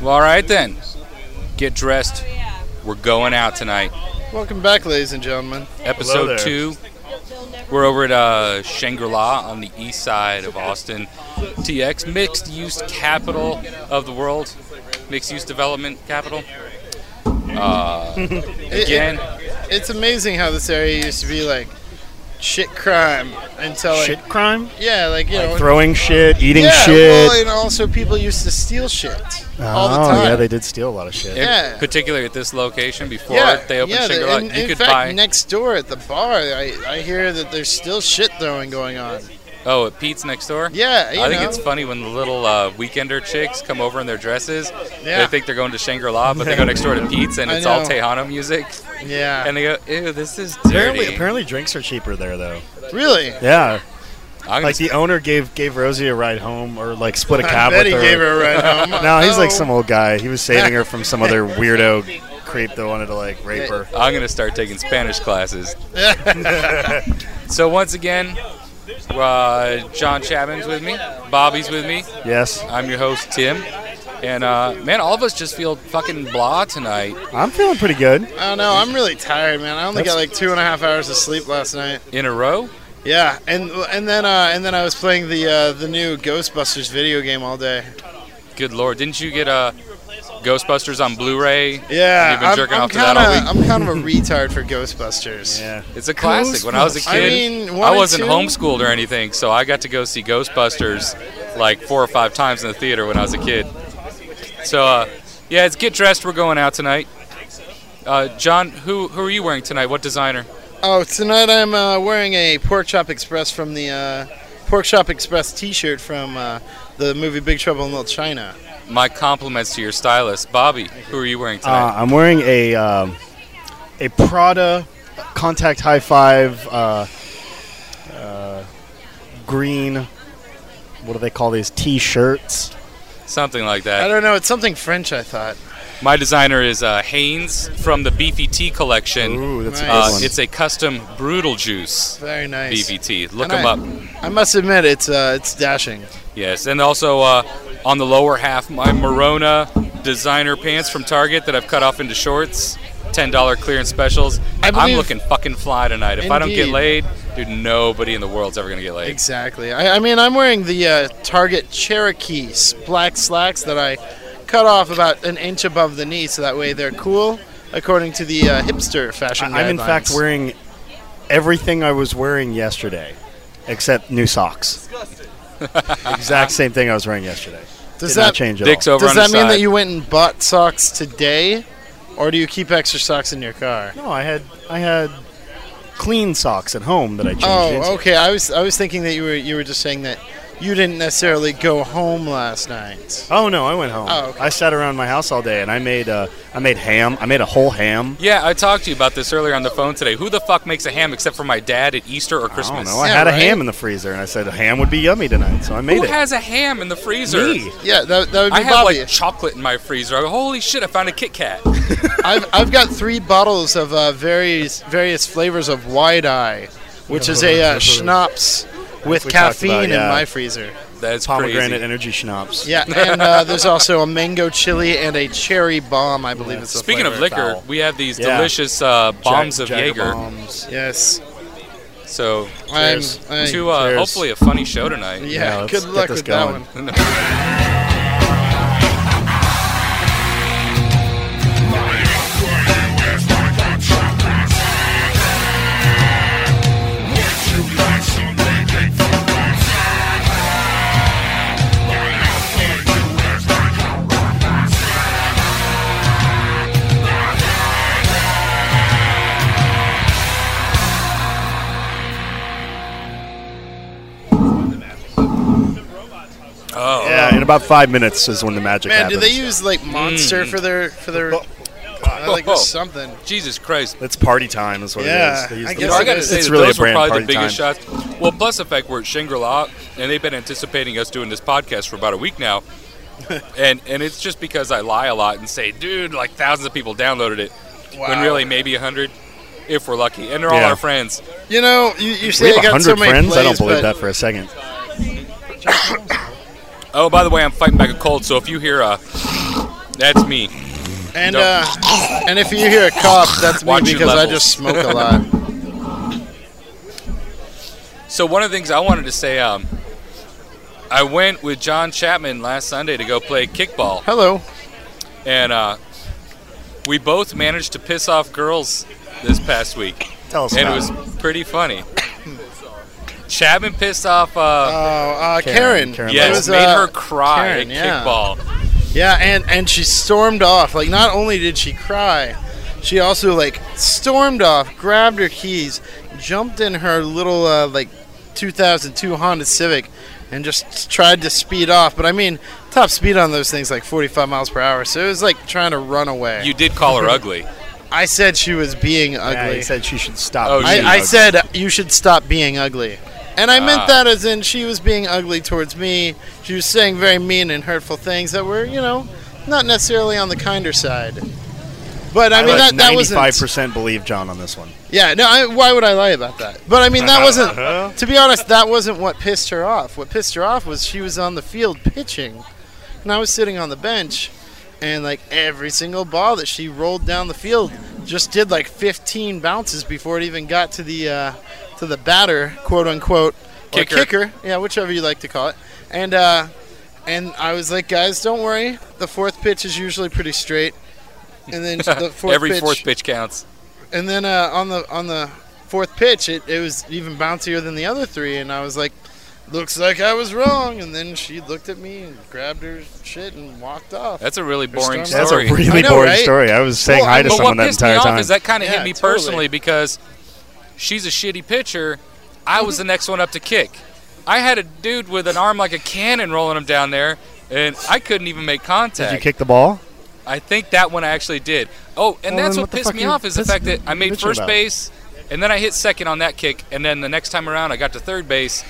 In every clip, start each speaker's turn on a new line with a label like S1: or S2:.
S1: Well, all right then. Get dressed. We're going out tonight.
S2: Welcome back, ladies and gentlemen.
S1: Episode
S3: there.
S1: two. We're over at uh, Shangri La on the east side of Austin. TX, mixed use capital of the world, mixed use development capital.
S2: It- it-
S1: Again,
S2: it's amazing how this area used to be like shit crime until like
S3: Shit crime?
S2: yeah, like you know
S3: Throwing shit, eating
S2: yeah,
S3: shit.
S2: well, and also people used to steal shit all the
S3: Oh,
S2: time.
S3: yeah, they did steal a lot of shit.
S1: in
S2: yeah.
S1: particular at this location before
S2: yeah,
S1: they opened
S2: yeah,
S1: Shangri La,
S2: and,
S1: you
S2: in
S1: could
S2: fact,
S1: buy.
S2: next door at the bar, I, I hear that there's still shit throwing going on.
S1: oh, at Pete's next door?
S2: Yeah, you
S1: I think
S2: know.
S1: it's funny when the little uh, weekender chicks come over in their dresses.
S2: Yeah.
S1: They think they're going to Shangri La, but they go next door to Pete's and
S2: I
S1: it's all
S2: know.
S1: Tejano music.
S2: Yeah,
S1: And they go, ew, this is
S3: Apparently,
S1: dirty.
S3: apparently, drinks are cheaper there, though.
S2: really.
S3: Yeah,
S1: I'm gonna
S3: like the owner gave gave Rosie a ride home, or like split a
S2: I
S3: cab
S2: bet
S3: with
S2: he
S3: her.
S2: gave her a ride home.
S3: No, he's like
S2: Oh.
S3: some old guy. He was saving her from some other weirdo creep that wanted to like rape her.
S1: I'm gonna start taking Spanish classes. so once again, uh, John Chapman's with me, Bobby's with me.
S3: Yes,
S1: I'm your host Tim, and uh, man, all of us just feel fucking blah tonight.
S3: I'm feeling pretty good.
S2: I don't know. I'm really tired, man. I only
S3: That's-
S2: got like two and a half hours of sleep last night.
S1: In a row,
S2: Yeah, and and then uh, and then I was playing the uh, the new Ghostbusters video game all day.
S1: good lord, didn't you get uh, Ghostbusters on Blu-ray?
S2: Yeah,
S1: You've been
S2: I'm,
S1: jerking
S2: I'm
S1: off to
S2: kinda,
S1: that all week.
S2: I'm kind of a retard for Ghostbusters.
S1: It's a classic. When I was a
S3: Ghostbusters.
S1: kid,
S2: I mean, one
S1: I
S2: and
S1: wasn't
S2: two?
S1: homeschooled or anything, so I got to go see Ghostbusters like four or five times in the theater when I was a kid. So, uh, yeah, it's get dressed. We're going out tonight. Uh, John, who who are you wearing tonight? What designer?
S2: Oh, tonight I'm uh, wearing a Pork Chop Express from the uh, Pork Chop Express T-shirt from uh, the movie Big Trouble in Little China.
S1: My compliments to your stylist, Bobby. Who are you wearing
S3: Uh,
S1: tonight?
S3: I'm wearing a um, a Prada contact high five uh, uh, green. What do they call these T-shirts?
S1: Something like
S2: I
S1: that.
S2: don't know. It's something French. I thought.
S1: My designer is uh, Haynes from the BVT collection.
S3: Ooh, that's a
S2: Nice.
S3: good
S1: Uh,
S3: one.
S1: it's a custom brutal juice
S2: Very nice.
S1: BVT. Look
S2: And
S1: them
S2: I-
S1: up.
S2: I must admit, it's uh, it's dashing.
S1: Yes, and also uh, on the lower half, my Morona designer pants from Target that I've cut off into shorts. Ten dollar clearance specials.
S2: I
S1: I'm
S2: believe-
S1: looking fucking fly tonight. If I don't get
S2: Indeed.
S1: laid, dude, nobody in the world's ever gonna get laid.
S2: Exactly. I, I mean, I'm wearing the uh, Target Cherokee s- black slacks that I cut off about an inch above the knee, so that way they're cool, according to the uh, hipster fashion.
S3: I- I'm in fact
S2: guidelines.
S3: wearing everything I was wearing yesterday, except new socks. exact same thing I was wearing yesterday.
S2: Does
S3: Did not
S2: that
S3: change at
S1: Dick's
S3: all.
S1: over
S2: does
S1: on the
S2: that mean
S1: side.
S2: that you went and bought socks today, or do you keep extra socks in your car?
S3: No, I had I had clean socks at home that I changed. into.
S2: Oh, okay. I was I was thinking that you were you were just saying that you didn't necessarily go home last night.
S3: Oh no, I went home.
S2: Oh, okay.
S3: I sat around my house all day and I made uh, I made ham. I made a whole ham.
S1: Yeah, I talked to you about this earlier on the phone today. Who the fuck makes a ham except for my dad at Easter or
S3: I don't
S1: Christmas?
S3: know. I
S2: Yeah,
S3: had a
S2: right.
S3: ham in the freezer and I said ham would be yummy tonight, so I made
S1: Who
S3: it.
S1: has a ham in the freezer?
S3: Me.
S2: Yeah, that, that would be
S1: I have
S2: Bobby.
S1: like chocolate in my freezer. I go, Holy shit! I found a Kit Kat.
S2: I've, I've got three bottles of uh, various various flavors of Wide Eye, which is a uh, schnapps with
S3: we talked
S2: caffeine
S3: about, yeah.
S2: in my freezer.
S1: That's
S3: Pomegranate
S1: crazy.
S3: energy schnapps.
S2: Yeah, and uh, there's also a mango chili and a cherry bomb, I believe it's the
S1: Speaking of
S2: flavor.
S1: liquor,
S3: foul.
S1: we have these
S3: Yeah.
S1: delicious uh, bombs of
S3: Jager
S1: Jaeger.
S3: bombs.
S2: Yes.
S1: So
S2: I'm,
S3: Cheers.
S2: I'm-
S1: to uh,
S3: Cheers.
S1: hopefully a funny show tonight.
S3: Yeah,
S2: yeah,
S3: let's
S2: good
S3: get
S2: luck
S3: this
S2: with
S3: going.
S2: that one.
S1: Oh,
S3: Yeah, in about five minutes is when the magic
S2: Man, do
S3: happens.
S1: Mm.
S2: they use like Monster for their for their
S3: Oh, God.
S2: I like this something.
S1: Jesus Christ.
S3: It's party time, is what it
S2: Yeah,
S3: is. They use
S2: I
S3: the-
S1: You
S2: guess
S1: know, I got to
S2: It's-
S1: say
S3: it's
S1: that
S3: really
S1: those
S3: a brand
S1: were probably
S3: party
S1: the biggest
S3: time.
S1: shots. Well, plus the fact we're at Shangri-La, and they've been anticipating us doing this podcast for about a week now. and and it's just because I lie a lot and say, dude, like thousands of people downloaded it, when
S2: Wow.
S1: really maybe a hundred, if we're lucky, and they're all
S3: Yeah.
S1: our friends.
S2: You know, you, you
S3: We
S2: say I
S3: have
S2: got
S3: 100
S2: so many
S3: friends.
S2: plays,
S3: I don't believe
S2: but
S3: that for a second.
S1: Oh, by the way, I'm fighting back a cold, so if you hear a, that's me.
S2: And
S1: Don't.
S2: uh, and if you hear a cough, that's me
S1: Watch your
S2: because I
S1: levels.
S2: just smoke a lot.
S1: So one of the things I wanted to say, um, I went with John Chapman last Sunday to go play kickball.
S2: Hello.
S1: and uh, we both managed to piss off girls this past week,
S3: Tell us
S1: and it
S3: about
S1: was pretty funny. Chapman pissed off.
S2: Oh,
S1: Uh,
S2: uh,
S3: Karen,
S2: Karen.
S3: Karen
S2: It
S1: yes,
S3: Little.
S2: was,
S1: made
S2: uh,
S1: her cry
S2: Karen,
S1: at
S2: yeah.
S1: kickball.
S2: Yeah, and and she stormed off. Like not only did she cry, she also like stormed off, grabbed her keys, jumped in her little uh, like 2002 Honda Civic, and just tried to speed off. But I mean, top speed on those things like 45 miles per hour. So it was like trying to run away.
S1: You did call her ugly.
S2: I said she was being
S3: Yeah,
S2: ugly.
S3: he said she should stop.
S1: Oh,
S3: being
S1: she-
S3: ugly.
S2: I, I said you should stop being ugly. And I
S1: Ah.
S2: meant that as in she was being ugly towards me. She was saying very mean and hurtful things that were, you know, not necessarily on the kinder side. But I, mean, that, that wasn't.
S3: 95% believe John on this one.
S2: Yeah, no, I, why would I lie about that? But I mean, that wasn't. to be honest, that wasn't what pissed her off. What pissed her off was she was on the field pitching, and I was sitting on the bench, and like every single ball that she rolled down the field just did like 15 bounces before it even got to the uh, to the batter, quote unquote, or
S1: Kicker.
S2: kicker, yeah, whichever you like to call it, and. uh and I was like, guys, don't worry. The fourth pitch is usually pretty straight, and then the fourth
S1: Every
S2: pitch,
S1: fourth pitch counts.
S2: and then uh, on the on the fourth pitch, it, it was even bouncier than the other three, and I was like, "Looks like I was wrong." And then she looked at me and grabbed her shit and walked off.
S1: That's a really boring
S2: storm-
S3: That's
S1: story.
S3: a really
S2: I know,
S3: boring
S2: right?
S3: story. I was saying
S2: Well,
S3: hi
S2: I
S3: to
S1: but
S3: someone
S1: what
S3: that
S1: pissed me
S3: entire
S1: off
S3: time.
S1: is that kind of hit
S2: Yeah,
S1: me
S2: totally.
S1: personally because she's a shitty pitcher. I was the next one up to kick. I had a dude with an arm like a cannon rolling him down there, and I couldn't even make contact.
S3: Did you kick the ball?
S1: I think that one I actually did. Oh, and
S3: Well,
S1: that's what
S3: then what the
S1: pissed
S3: fuck
S1: me
S3: you
S1: off is the
S3: pissed-
S1: fact that I
S3: you
S1: made
S3: bitching
S1: first
S3: about?
S1: base, and then I hit second on that kick, and then the next time around I got to third base,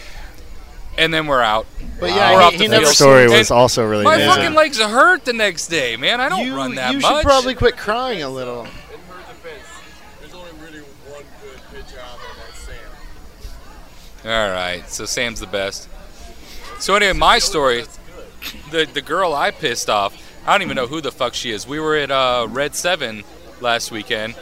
S1: and then we're out.
S2: But yeah,
S1: We're
S2: he,
S1: off the
S2: he
S1: field.
S2: never
S3: That
S1: seen
S3: story
S1: it.
S3: was also really
S1: My
S3: amazing.
S1: fucking legs are hurt the next day, man. I don't
S2: you,
S1: run that
S2: you
S1: much.
S2: should probably quit crying a little.
S1: All right, so Sam's the best. So anyway, my story, the the girl I pissed off, I don't even know who the fuck she is. We were at uh, Red Seven last weekend.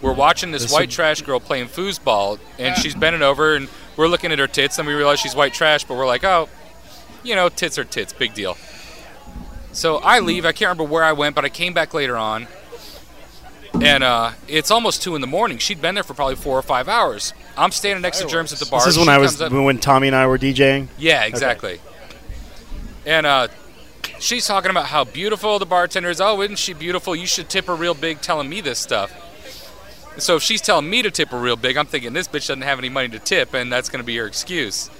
S1: We're watching this, white trash girl playing foosball, and she's bending over, and we're looking at her tits, and we realize she's white trash, but we're like, oh, you know, tits are tits, big deal. So I leave. I can't remember where I went, but I came back later on, and uh, it's almost two in the morning. She'd been there for probably four or five hours. I'm standing next to Germs at the bar.
S3: This is when
S1: She
S3: I
S1: comes
S3: was
S1: up-
S3: when Tommy and I were DJing.
S1: yeah, exactly. And uh, she's talking about how beautiful the bartender is. Oh, isn't she beautiful? You should tip her real big telling me this stuff. And so if she's telling me to tip her real big, I'm thinking this bitch doesn't have any money to tip, and that's going to be her excuse.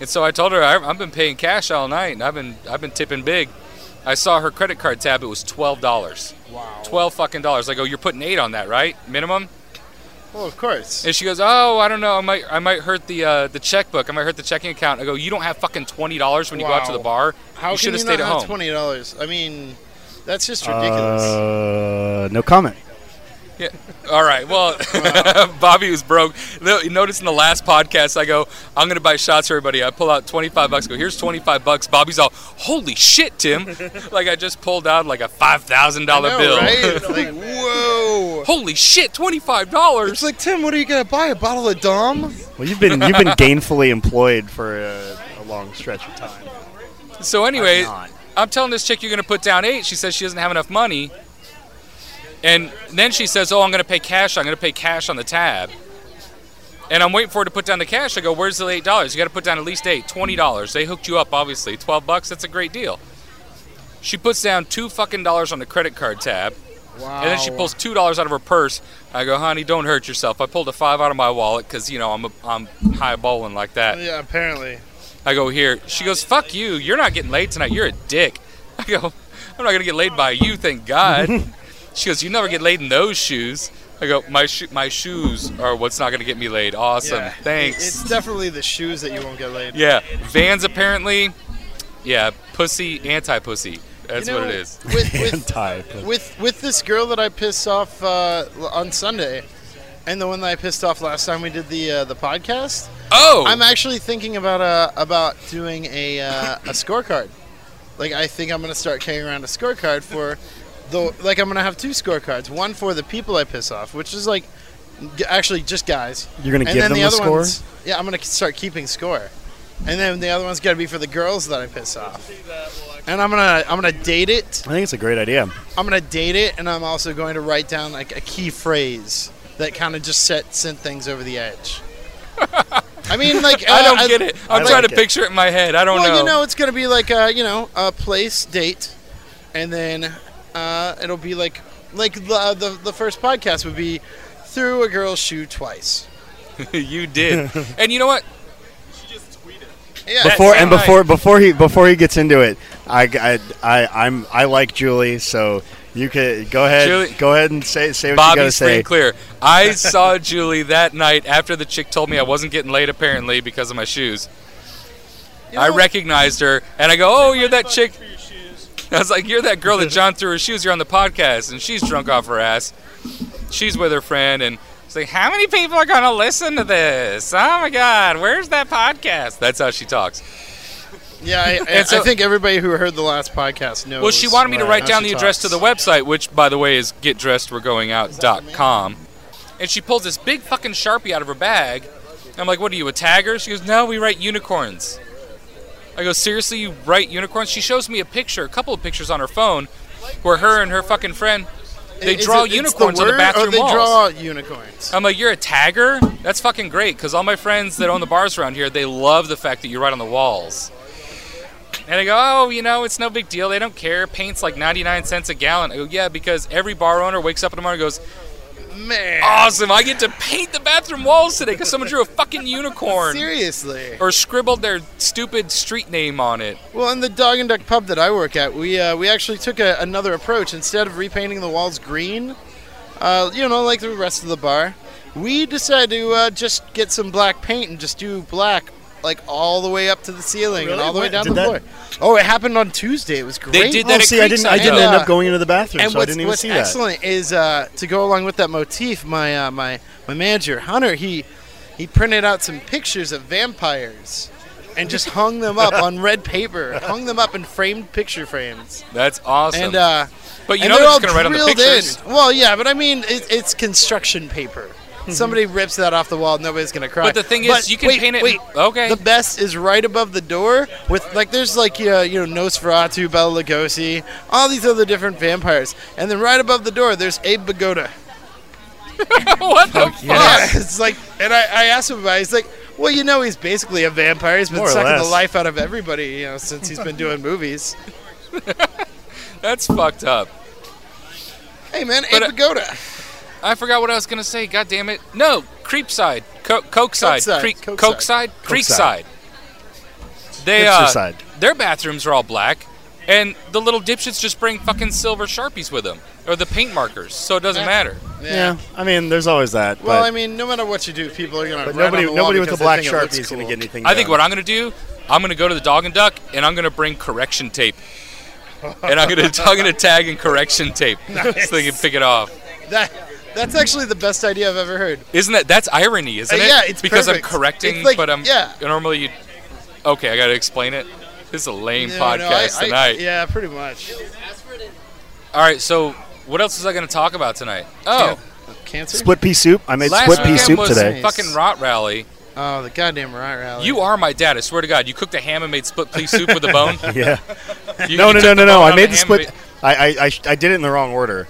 S1: And so I told her I, I've been paying cash all night, and I've been I've been tipping big. I saw her credit card tab; it was twelve dollars. Wow. Twelve fucking dollars. I go, you're putting eight on that, right? Minimum.
S2: Well, of course.
S1: And she goes, "Oh, I don't know. I might, I might hurt the uh, the checkbook. I might hurt the checking account." I go, "You don't have fucking twenty dollars when you go out to
S2: Wow.
S1: the bar.
S2: How
S1: you
S2: can
S1: should
S2: you
S1: have stayed
S2: not
S1: at
S2: have
S1: home."
S2: twenty dollars? I mean, that's just ridiculous.
S3: Uh, no comment.
S1: Yeah. All right. Well, Bobby was broke. No- you Notice in the last podcast, I go, "I'm gonna buy shots for everybody." I pull out twenty five bucks. Go, here's twenty five bucks. Bobby's all, "Holy shit, Tim!" like I just pulled out like a five thousand
S2: I
S1: dollar
S2: know,
S1: bill.
S2: right? It's like, whoa.
S1: Holy shit, twenty five dollars.
S2: It's like Tim, what are you gonna buy? A bottle of Dom?
S3: Well, you've been you've been gainfully employed for a, a long stretch of time.
S1: So anyway,
S3: I'm not.
S1: I'm telling this chick you're going to put down eight. She says she doesn't have enough money, and then she says, "Oh, I'm going to pay cash. I'm going to pay cash on the tab." And I'm waiting for her to put down the cash. I go, "Where's the eight dollars? You got to put down at least eight. Twenty dollars. They hooked you up, obviously. Twelve bucks. That's a great deal." She puts down two fucking dollars on the credit card tab,
S2: Wow.
S1: and then
S3: Oh.
S1: she pulls two dollars out of her purse. I go, "Honey, don't hurt yourself." I pulled a five out of my wallet because you know I'm a, I'm high bowling like that.
S2: Yeah, apparently.
S1: I go here. She goes, "Fuck you! You're not getting laid tonight. You're a dick." I go, "I'm not gonna get laid by you, thank God." She goes, "You never get laid in those shoes." I go, "My sho- my shoes are what's not going to get me laid." Awesome,
S2: Yeah.
S1: thanks.
S2: It's definitely the shoes that you won't get laid.
S1: yeah, Vans apparently. Yeah, pussy anti pussy. That's
S2: You
S1: what it
S2: know,
S1: is.
S2: With, with,
S3: Anti.
S2: with with this girl that I pissed off uh, l- on Sunday, and the one that I pissed off last time we did the uh, the podcast,
S1: Oh,
S2: I'm actually thinking about uh, about doing a uh, a scorecard. Like I think I'm gonna start carrying around a scorecard for the like I'm gonna have two scorecards. One for the people I piss off, which is like g- actually just guys.
S3: You're gonna give them a score?
S2: one's- yeah, I'm gonna start keeping score. And then the other one's gotta be for the girls that I piss off. And I'm gonna I'm gonna date it.
S3: I think it's a great idea.
S2: I'm gonna date it, and I'm also going to write down like a key phrase that kind of just set sent things over the edge. I mean, like
S1: I
S2: uh,
S1: don't get it. Oh, I'm
S3: I
S1: trying
S3: like
S1: to
S3: it.
S1: picture it in my head. I don't
S2: well,
S1: know.
S2: you know, it's gonna be like uh, you know a place date, and then uh, it'll be like like the, uh, the the first podcast would be through a girl's shoe twice.
S1: you did. And you know what?
S2: Yeah,
S3: Before and
S1: right.
S3: before before he before he gets into it, I I, I am I like Julie, so you could go ahead
S1: Julie-
S3: go ahead and say say what you
S1: Bobby
S3: gotta say.
S1: Spring Clear. I saw Julie that night after the chick told me I wasn't getting laid apparently because of my shoes.
S2: You
S1: I
S2: know-
S1: recognized her and I go, "Oh, you're that chick." I was like, "You're that girl that John threw her shoes. You're on the podcast, and she's drunk off her ass. She's with her friend, and it's like, how many people are gonna listen to this? Oh my God, where's that podcast? That's how she talks.
S2: yeah, I, I,
S1: And so-
S2: I think everybody who heard the last podcast knows.
S1: Well, she wanted me to
S3: right.
S1: write
S2: how
S1: down
S2: she
S1: the address to
S2: talks.
S1: the website, which, by the way, is getdressedwe'regoingout.com. And she pulls this big fucking sharpie out of her bag. I'm like, "What are you, a tagger?" She goes, "No, we write unicorns." I go, "Seriously, you write unicorns?" She shows me a picture, a couple of pictures on her phone, where her and her fucking friend they
S2: Is
S1: draw
S2: it- it's
S1: unicorns on
S2: word,
S1: the bathroom
S2: or they
S1: walls. Uh,
S2: draw unicorns.
S1: I'm like, you're a tagger? That's fucking great, because all my friends that own the bars around here, they love the fact that you write on the walls. And I go, oh, you know, it's no big deal. They don't care. Paint's like 99 cents a gallon. I go, yeah, because every bar owner wakes up in the morning and goes,
S2: Man,
S1: awesome, I get to paint the bathroom walls today because someone drew a fucking unicorn.
S2: seriously.
S1: Or scribbled their stupid street name on it.
S2: Well, in the Dog and Duck pub that I work at, we uh, we actually took a, another approach. Instead of repainting the walls green, uh, you know, like the rest of the bar, we decided to uh, just get some black paint and just do black, like all the way up to the ceiling and
S3: Really?
S2: all the way
S3: What?
S2: down
S3: Did
S2: the
S3: that-
S2: floor. Oh, it happened on Tuesday. It was great.
S1: did
S3: Oh,
S1: that at
S3: see, I didn't I
S1: Creekside,
S3: didn't
S2: though.
S3: end up going into the bathroom,
S2: And
S3: so I
S2: what's,
S3: didn't even
S2: what's
S3: see that.
S2: excellent is uh, to go along with that motif. My uh, my my manager Hunter he he printed out some pictures of vampires and just hung them up on red paper, hung them up in framed picture frames,
S1: That's awesome.
S2: and uh,
S1: but you
S2: and
S1: know
S2: they're
S1: they're
S2: all
S1: just going to write on the
S2: drilled
S1: pictures.
S2: in. Well, yeah, but I mean it, it's construction paper. Somebody rips that off the wall, nobody's gonna cry.
S1: Mm-hmm. But the thing is, you can
S2: wait,
S1: paint it-
S2: Wait,
S1: okay.
S2: The best is right above the door with like there's like uh, you know Nosferatu, Bela Lugosi, all these other different vampires, and then right above the door there's Abe Bagoda.
S1: what the fuck?
S2: Yeah, it's like, and I, I asked him about. it. He's like, well, you know, he's basically a vampire. He's been
S3: More or
S2: sucking the
S3: less.
S2: life out of everybody, you know, since he's been doing movies.
S1: That's fucked up.
S2: Hey, man, Abe
S1: But, uh,
S2: Bagoda.
S1: I forgot what I was gonna say. God damn it! No, Creepside, Co- Coke side,
S2: Cokeside,
S1: Creek,
S2: Cokeside.
S1: Coke side, Creek
S3: Cokeside.
S1: side. They uh,
S3: Hipster side.
S1: their bathrooms are all black, and the little dipshits just bring fucking silver sharpies with them or the paint markers, so it doesn't
S2: Yeah.
S1: matter.
S3: yeah. I mean, there's always that.
S2: Well,
S3: but,
S2: I mean, no matter what you do, people are gonna.
S3: but
S2: run on
S3: nobody
S2: the wall
S3: nobody with a
S2: because
S3: black
S2: they think it
S3: sharpie
S2: looks
S3: is going
S2: cool.
S3: to get anything.
S1: I think what I'm gonna do, I'm gonna go to the Dog and Duck, and I'm gonna bring correction tape, and I'm gonna I'm gonna tag in correction tape so they can pick it off.
S2: That, that's actually the best idea I've ever heard.
S1: Isn't that that's irony, isn't
S2: Uh,
S1: it?
S2: yeah, it's
S1: because
S2: perfect.
S1: I'm correcting,
S2: It's like-
S1: but I'm
S2: yeah.
S1: normally you. Okay, I gotta explain it. This is a lame
S2: No, no, I-
S1: podcast
S2: I-
S1: tonight.
S2: yeah, pretty much.
S1: All right, so what else is I gonna talk about tonight? Oh,
S2: Cancer.
S3: split pea soup. I made
S1: last
S3: split pea
S1: weekend
S3: soup
S1: was
S3: today.
S1: fucking rot rally.
S2: Oh, the goddamn riot rally.
S1: You are my dad. I swear to God, you cooked a ham and made split pea soup with a bone.
S3: Yeah.
S1: You-
S3: No,
S1: you
S3: no,
S1: took
S3: no, no,
S1: bone out
S3: no. I
S1: of
S3: made
S1: the
S3: the
S1: ham
S3: split.
S1: and
S3: I, I, I, sh- I did it in the wrong order.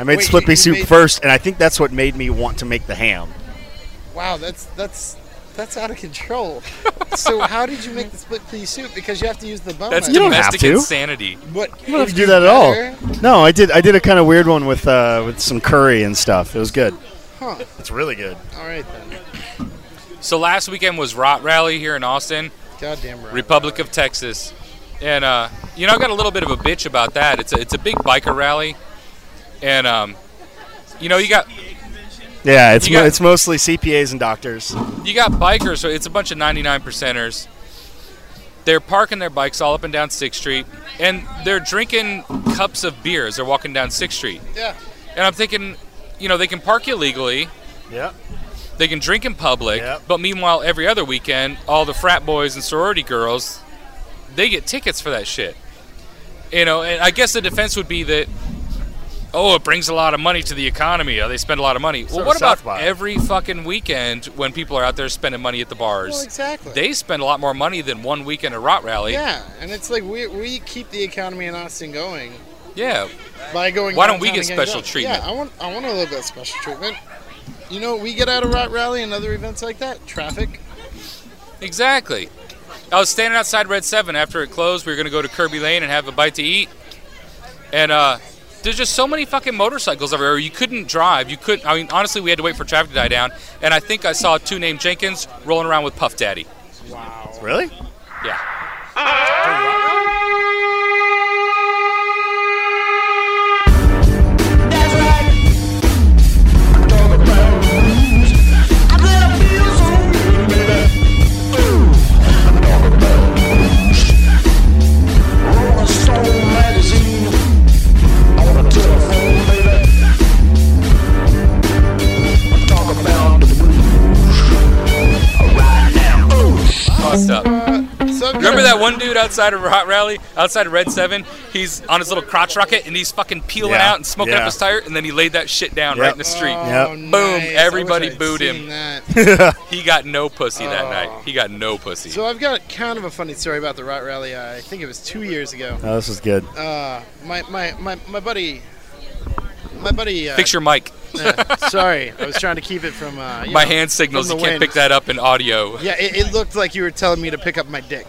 S3: I made
S2: Wait,
S3: split
S2: you-
S3: pea
S2: you
S3: soup
S2: made-
S3: first, and I think that's what made me want to make the ham.
S2: Wow, that's that's that's out of control. so how did you make the split pea soup? Because you have to use the bone.
S1: That's
S2: I
S3: You don't
S2: think.
S1: domestic
S3: have to.
S1: insanity.
S2: What?
S3: You don't have to do that at all. No, I did. I did a kind of weird one with uh, with some curry and stuff. It was good.
S2: Huh.
S3: It's really good.
S2: All right then.
S1: So last weekend was rot rally here in Austin.
S2: Goddamn right.
S1: Republic of Texas. And uh, you know, I got a little bit of a bitch about that. It's a, it's a big biker rally, and um, you know, you got
S3: Yeah, it's
S1: You got-
S3: mo- it's mostly CPAs and doctors.
S1: you got bikers, so it's a bunch of 99 percenters. They're parking their bikes all up and down Sixth Street, and they're drinking cups of beer as they're walking down Sixth Street.
S2: Yeah.
S1: And I'm thinking, you know, they can park illegally,
S3: Yep.
S1: they can drink in public,
S3: Yep.
S1: but meanwhile, every other weekend, all the frat boys and sorority girls, they get tickets for that shit. You know, and I guess the defense would be that, oh, it brings a lot of money to the economy. Oh, they spend a lot of money.
S3: So
S1: well, what
S3: does
S1: about
S3: South by.
S1: every fucking weekend when people are out there spending money at the bars?
S2: Well, exactly.
S1: They spend a lot more money than one weekend at Rot Rally.
S2: yeah, and it's like we, we keep the economy in Austin going
S1: Yeah.
S2: by going.
S1: Why don't we
S2: downtown
S1: get
S2: and getting
S1: special
S2: drunk.
S1: treatment?
S2: Yeah, I want I want a little bit of special treatment. You know, what we get out of Rot Rally and other events like that. Traffic.
S1: Exactly. I was standing outside Red Seven after it closed. We were gonna go to Kirby Lane and have a bite to eat, and uh, there's just so many fucking motorcycles everywhere. You couldn't drive. You couldn't. I mean, honestly, we had to wait for traffic to die down. And I think I saw two named Jenkins rolling around with Puff Daddy.
S3: Really?
S1: Yeah.
S4: That's right. Talk about rules. I bet I feel so good. Talk about rules. Rolling Stone magazine on a telephone, baby. Talk about the blues. Right now. Ooh.
S1: Bust up.
S2: So
S1: Remember that one dude outside of Rot Rally, outside of Red Seven? He's on his little crotch rocket and he's fucking peeling
S3: Yeah.
S1: out and smoking
S3: Yeah.
S1: up his tire, and then he laid that shit down right
S3: Yep.
S1: in the street.
S2: Oh,
S3: Yep.
S2: Boom!
S1: Boom, everybody booed him. He got no pussy that
S2: Oh.
S1: night. He got no pussy.
S2: So I've got kind of a funny story about the Rot Rally. Uh, I think it was two years ago.
S3: Oh, this is good.
S2: Uh, my, my, my, my buddy, my buddy. Uh,
S1: Fix your mic.
S2: uh, sorry, I was trying to keep it from uh, you
S1: My
S2: know,
S1: hand signals. You
S2: from the
S1: can't
S2: wind.
S1: pick that up in audio.
S2: Yeah, it, it looked like you were telling me to pick up my dick.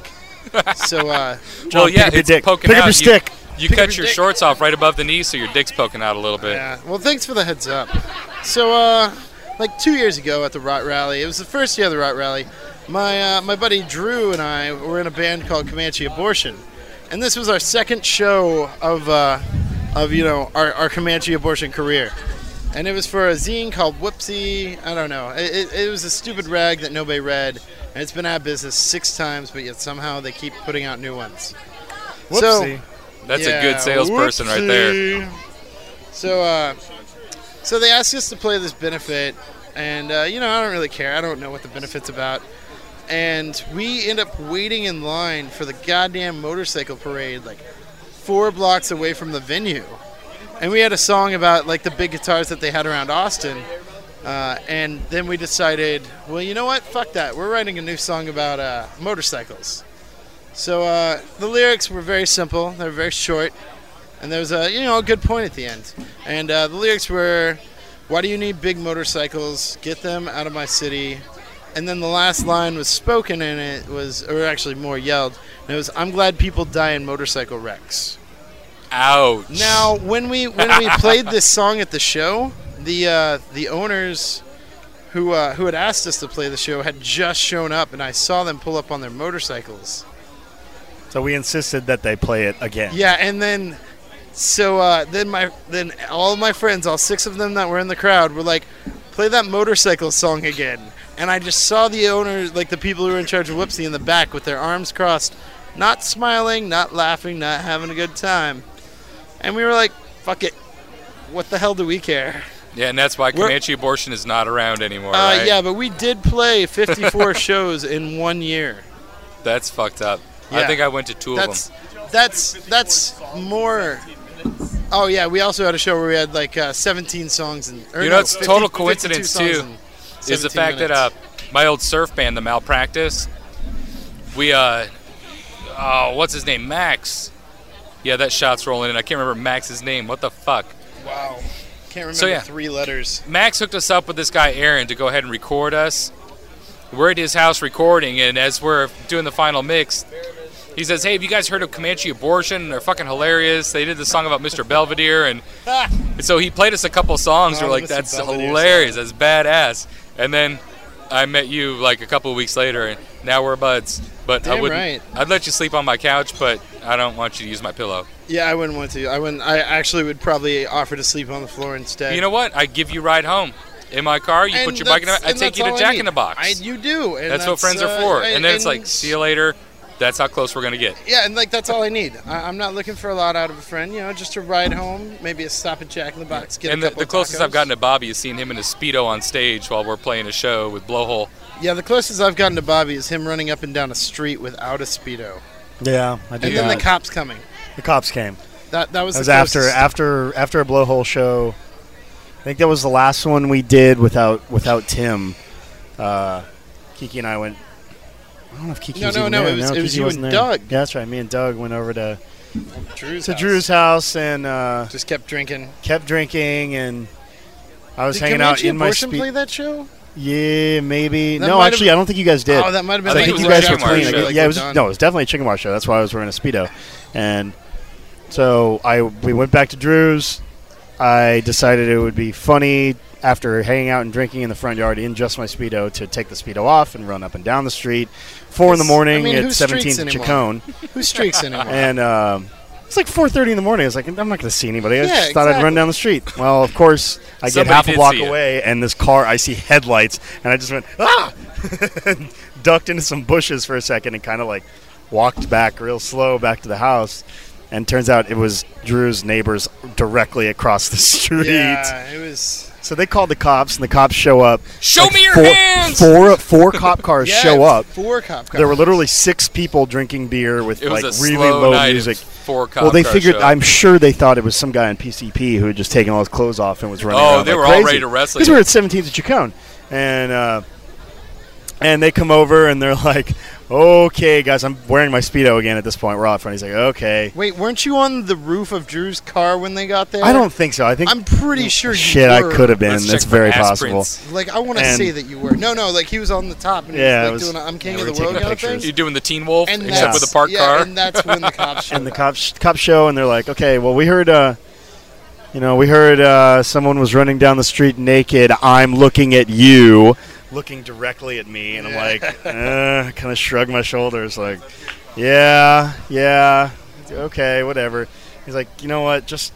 S2: So uh,
S1: well,
S3: pick
S1: yeah,
S3: up your
S1: it's
S3: dick.
S1: poking
S3: Pick up
S1: out.
S3: your
S1: You-
S3: stick.
S1: You,
S2: Pick up
S1: cut
S2: your
S1: your
S2: dick.
S1: shorts off right above the knee, so your dick's poking out a little bit.
S2: yeah. Well, thanks for the heads up. So uh, like two years ago at the Rot Rally, it was the first year of the Rot Rally. My uh, my buddy Drew and I were in a band called Comanche Abortion, and this was our second show of uh, of you know our, our Comanche Abortion career. And it was for a zine called Whoopsie. I don't know. It, it, it was a stupid rag that nobody read, and it's been out of business six times, but yet somehow they keep putting out new ones. So,
S3: Whoopsie.
S1: That's a
S2: Yeah,
S1: good salesperson right there.
S2: whoopsie. So, uh, so they asked us to play this benefit, and uh, you know I don't really care. I don't know what the benefit's about, and we end up waiting in line for the goddamn motorcycle parade, like four blocks away from the venue, and we had a song about like the big guitars that they had around Austin. Uh, and then we decided, well, you know what? Fuck that. We're writing a new song about uh, motorcycles. So uh, the lyrics were very simple. They were very short, and there was a you know a good point at the end. And uh, the lyrics were, "Why do you need big motorcycles? Get them out of my city." And then the last line was spoken, and it was, or actually more yelled, and it was, "I'm glad people die in motorcycle wrecks."
S1: Ouch.
S2: Now, when we when we played this song at the show, the uh, the owners who uh, who had asked us to play the show had just shown up, and I saw them pull up on their motorcycles.
S3: So we insisted that they play it again.
S2: Yeah, and then so uh, then my then all my friends, all six of them that were in the crowd, were like, "Play that motorcycle song again." And I just saw the owner, like the people who were in charge of Whoopsie, in the back with their arms crossed, not smiling, not laughing, not having a good time. And we were like, "Fuck it, what the hell do we care?"
S1: Yeah, and that's why
S2: We're-
S1: Comanche abortion is not around anymore.
S2: Uh,
S1: right?
S2: yeah, but we did play 54 shows in one year.
S1: That's fucked up. I
S2: Yeah.
S1: think I went to two of
S2: That's
S1: them.
S2: that's that's more. Oh yeah, we also had a show where we had like uh, 17 songs and. or
S1: You know,
S2: no,
S1: it's total
S2: 52
S1: coincidence,
S2: songs
S1: too,
S2: and
S1: Is the
S2: 17
S1: fact that
S2: minutes.
S1: uh, my old surf band, the Malpractice, we uh, oh, what's his name, Max? Yeah, that shot's rolling in. I can't remember Max's name. What the fuck?
S2: Wow. Can't remember
S1: So, yeah.
S2: three letters.
S1: Max hooked us up with this guy Aaron to go ahead and record us. We're at his house recording, and as we're doing the final mix, he says, "Hey, have you guys heard of Comanche Abortion? They're fucking hilarious. They did the song about Mr. Belvedere, and, and so he played us a couple songs.
S2: Oh,
S1: we're like,
S2: Mr.
S1: that's
S2: Belvedere
S1: hilarious. That's badass." And then I met you like a couple of weeks later, and now we're buds. But I
S2: Damn
S1: wouldn't.
S2: right.
S1: I'd let you sleep on my couch, but I don't want you to use my pillow.
S2: Yeah, I wouldn't want to. I wouldn't. I actually would probably offer to sleep on the floor instead.
S1: You know what? I give you a ride home in my car. You
S2: And
S1: put your bike in.
S2: that's-
S1: The, I
S2: and
S1: take you
S2: that's
S1: to
S2: all I
S1: Jack
S2: need.
S1: in the Box.
S2: I, you do. And
S1: that's, what friends
S2: uh,
S1: are for.
S2: I-
S1: and then it's like, see you later. That's how close we're gonna get.
S2: Yeah, and like that's all I need. I, I'm not looking for a lot out of a friend. You know, just a ride home, maybe a stop at Jack in the Box. Get
S1: and
S2: a
S1: the,
S2: couple
S1: the closest I've
S2: tacos.
S1: gotten to Bobby is seeing him in his speedo on stage while we're playing a show with Blowhole.
S2: Yeah, the closest I've gotten to Bobby is him running up and down a street without a speedo,
S3: Yeah, I
S2: and
S3: did
S2: then
S3: that.
S2: the cops coming.
S3: the cops came.
S2: That that was,
S3: That was
S2: the
S3: after
S2: closest.
S3: after after a blowhole show. I think that was the last one we did without without Tim. Uh, Kiki and I went. I don't know if Kiki
S2: No,
S3: was
S2: no,
S3: even
S2: no,
S3: there.
S2: it was- it
S3: Kiki
S2: was you
S3: wasn't
S2: and
S3: there.
S2: Doug.
S3: Yeah, that's right. Me and Doug went over to
S2: Drew's
S3: to
S2: house.
S3: Drew's house and uh,
S2: Just kept drinking.
S3: kept drinking, and I was
S2: Did
S3: hanging out
S2: Comanche
S3: in my
S2: Abortion
S3: spe-
S2: play that show?
S3: Yeah, maybe.
S2: That
S3: no,
S2: might have
S3: actually, I don't think you guys did.
S2: Oh, that might have
S1: I
S2: been.
S3: I
S2: like
S3: think
S1: it
S3: you
S1: was a
S3: guys were
S1: Chicken Bar
S3: clean. I
S1: show.
S3: guess-
S1: Like
S3: yeah, it was no, it was definitely a chicken bar show. That's why I was wearing a speedo, and so I we went back to Drew's. I decided it would be funny after hanging out and drinking in the front yard in just my speedo to take the speedo off and run up and down the street, four in the
S2: Yes.
S3: morning
S2: I mean,
S3: at
S2: who
S3: 17th
S2: streaks
S3: Chacon,
S2: Who streaks anymore?
S3: and um, it's like 4:30 in the morning. I was like, I'm not going to see anybody. I
S2: Yeah,
S3: just thought I'd run
S2: exactly.
S3: down the street. Well, of course, I get
S1: Somebody
S3: half a
S1: did
S3: block
S1: see you.
S3: away, and this car, I see headlights, and I just went ah, ducked into some bushes for a second, and kind of like walked back real slow back to the house. And turns out it was Drew's neighbors directly across the street.
S2: yeah, it was.
S3: So they called the cops, and the cops show up.
S1: Show me your
S3: four,
S1: hands!
S3: Four, four cop cars
S2: Yeah,
S3: show up.
S2: Four cop cars.
S3: There were literally six people drinking beer with
S1: It
S3: like
S1: was
S3: really
S1: a slow
S3: low
S1: night. of
S3: music.
S1: Four cop
S3: Well, they
S1: car
S3: figured.
S1: show.
S3: I'm sure they thought it was some guy on PCP who had just taken all his clothes off and was running.
S1: Oh,
S3: around
S1: they
S3: like
S1: were all
S3: crazy.
S1: ready to wrestle
S3: Because
S1: you.
S3: we were at 17th at Chacon, and uh, and they come over and they're like, "Okay, guys, I'm wearing my speedo again." At this point, we're out front. He's like, "Okay."
S2: Wait, weren't you on the roof of Drew's car when they got there?
S3: I don't think so. I think
S2: I'm pretty sure you
S3: shit. I
S2: were.
S3: could have been.
S1: Let's
S3: That's
S1: check for
S3: very
S1: ass
S3: possible.
S1: prints.
S2: Like I want to
S3: And-
S2: say that you were. No, no. Like he was on the top and
S3: Yeah,
S2: he
S3: it
S2: was
S3: was-
S2: like doing. A, I'm king
S3: yeah, we
S2: of the
S3: were
S2: world
S3: taking
S2: kind of
S3: pictures.
S2: thing.
S1: You doing the Teen Wolf
S2: And
S1: except with a
S2: that's-
S1: parked
S2: yeah,
S1: car?
S2: and that's when the cops showed
S3: and the
S2: up.
S3: cops cops show and they're like, okay, well we heard, uh, you know, we heard uh, someone was running down the street naked. I'm looking at you, looking directly at me, and I'm like, uh, kind of shrug my shoulders, like, yeah, yeah, okay, whatever. He's like, you know what, just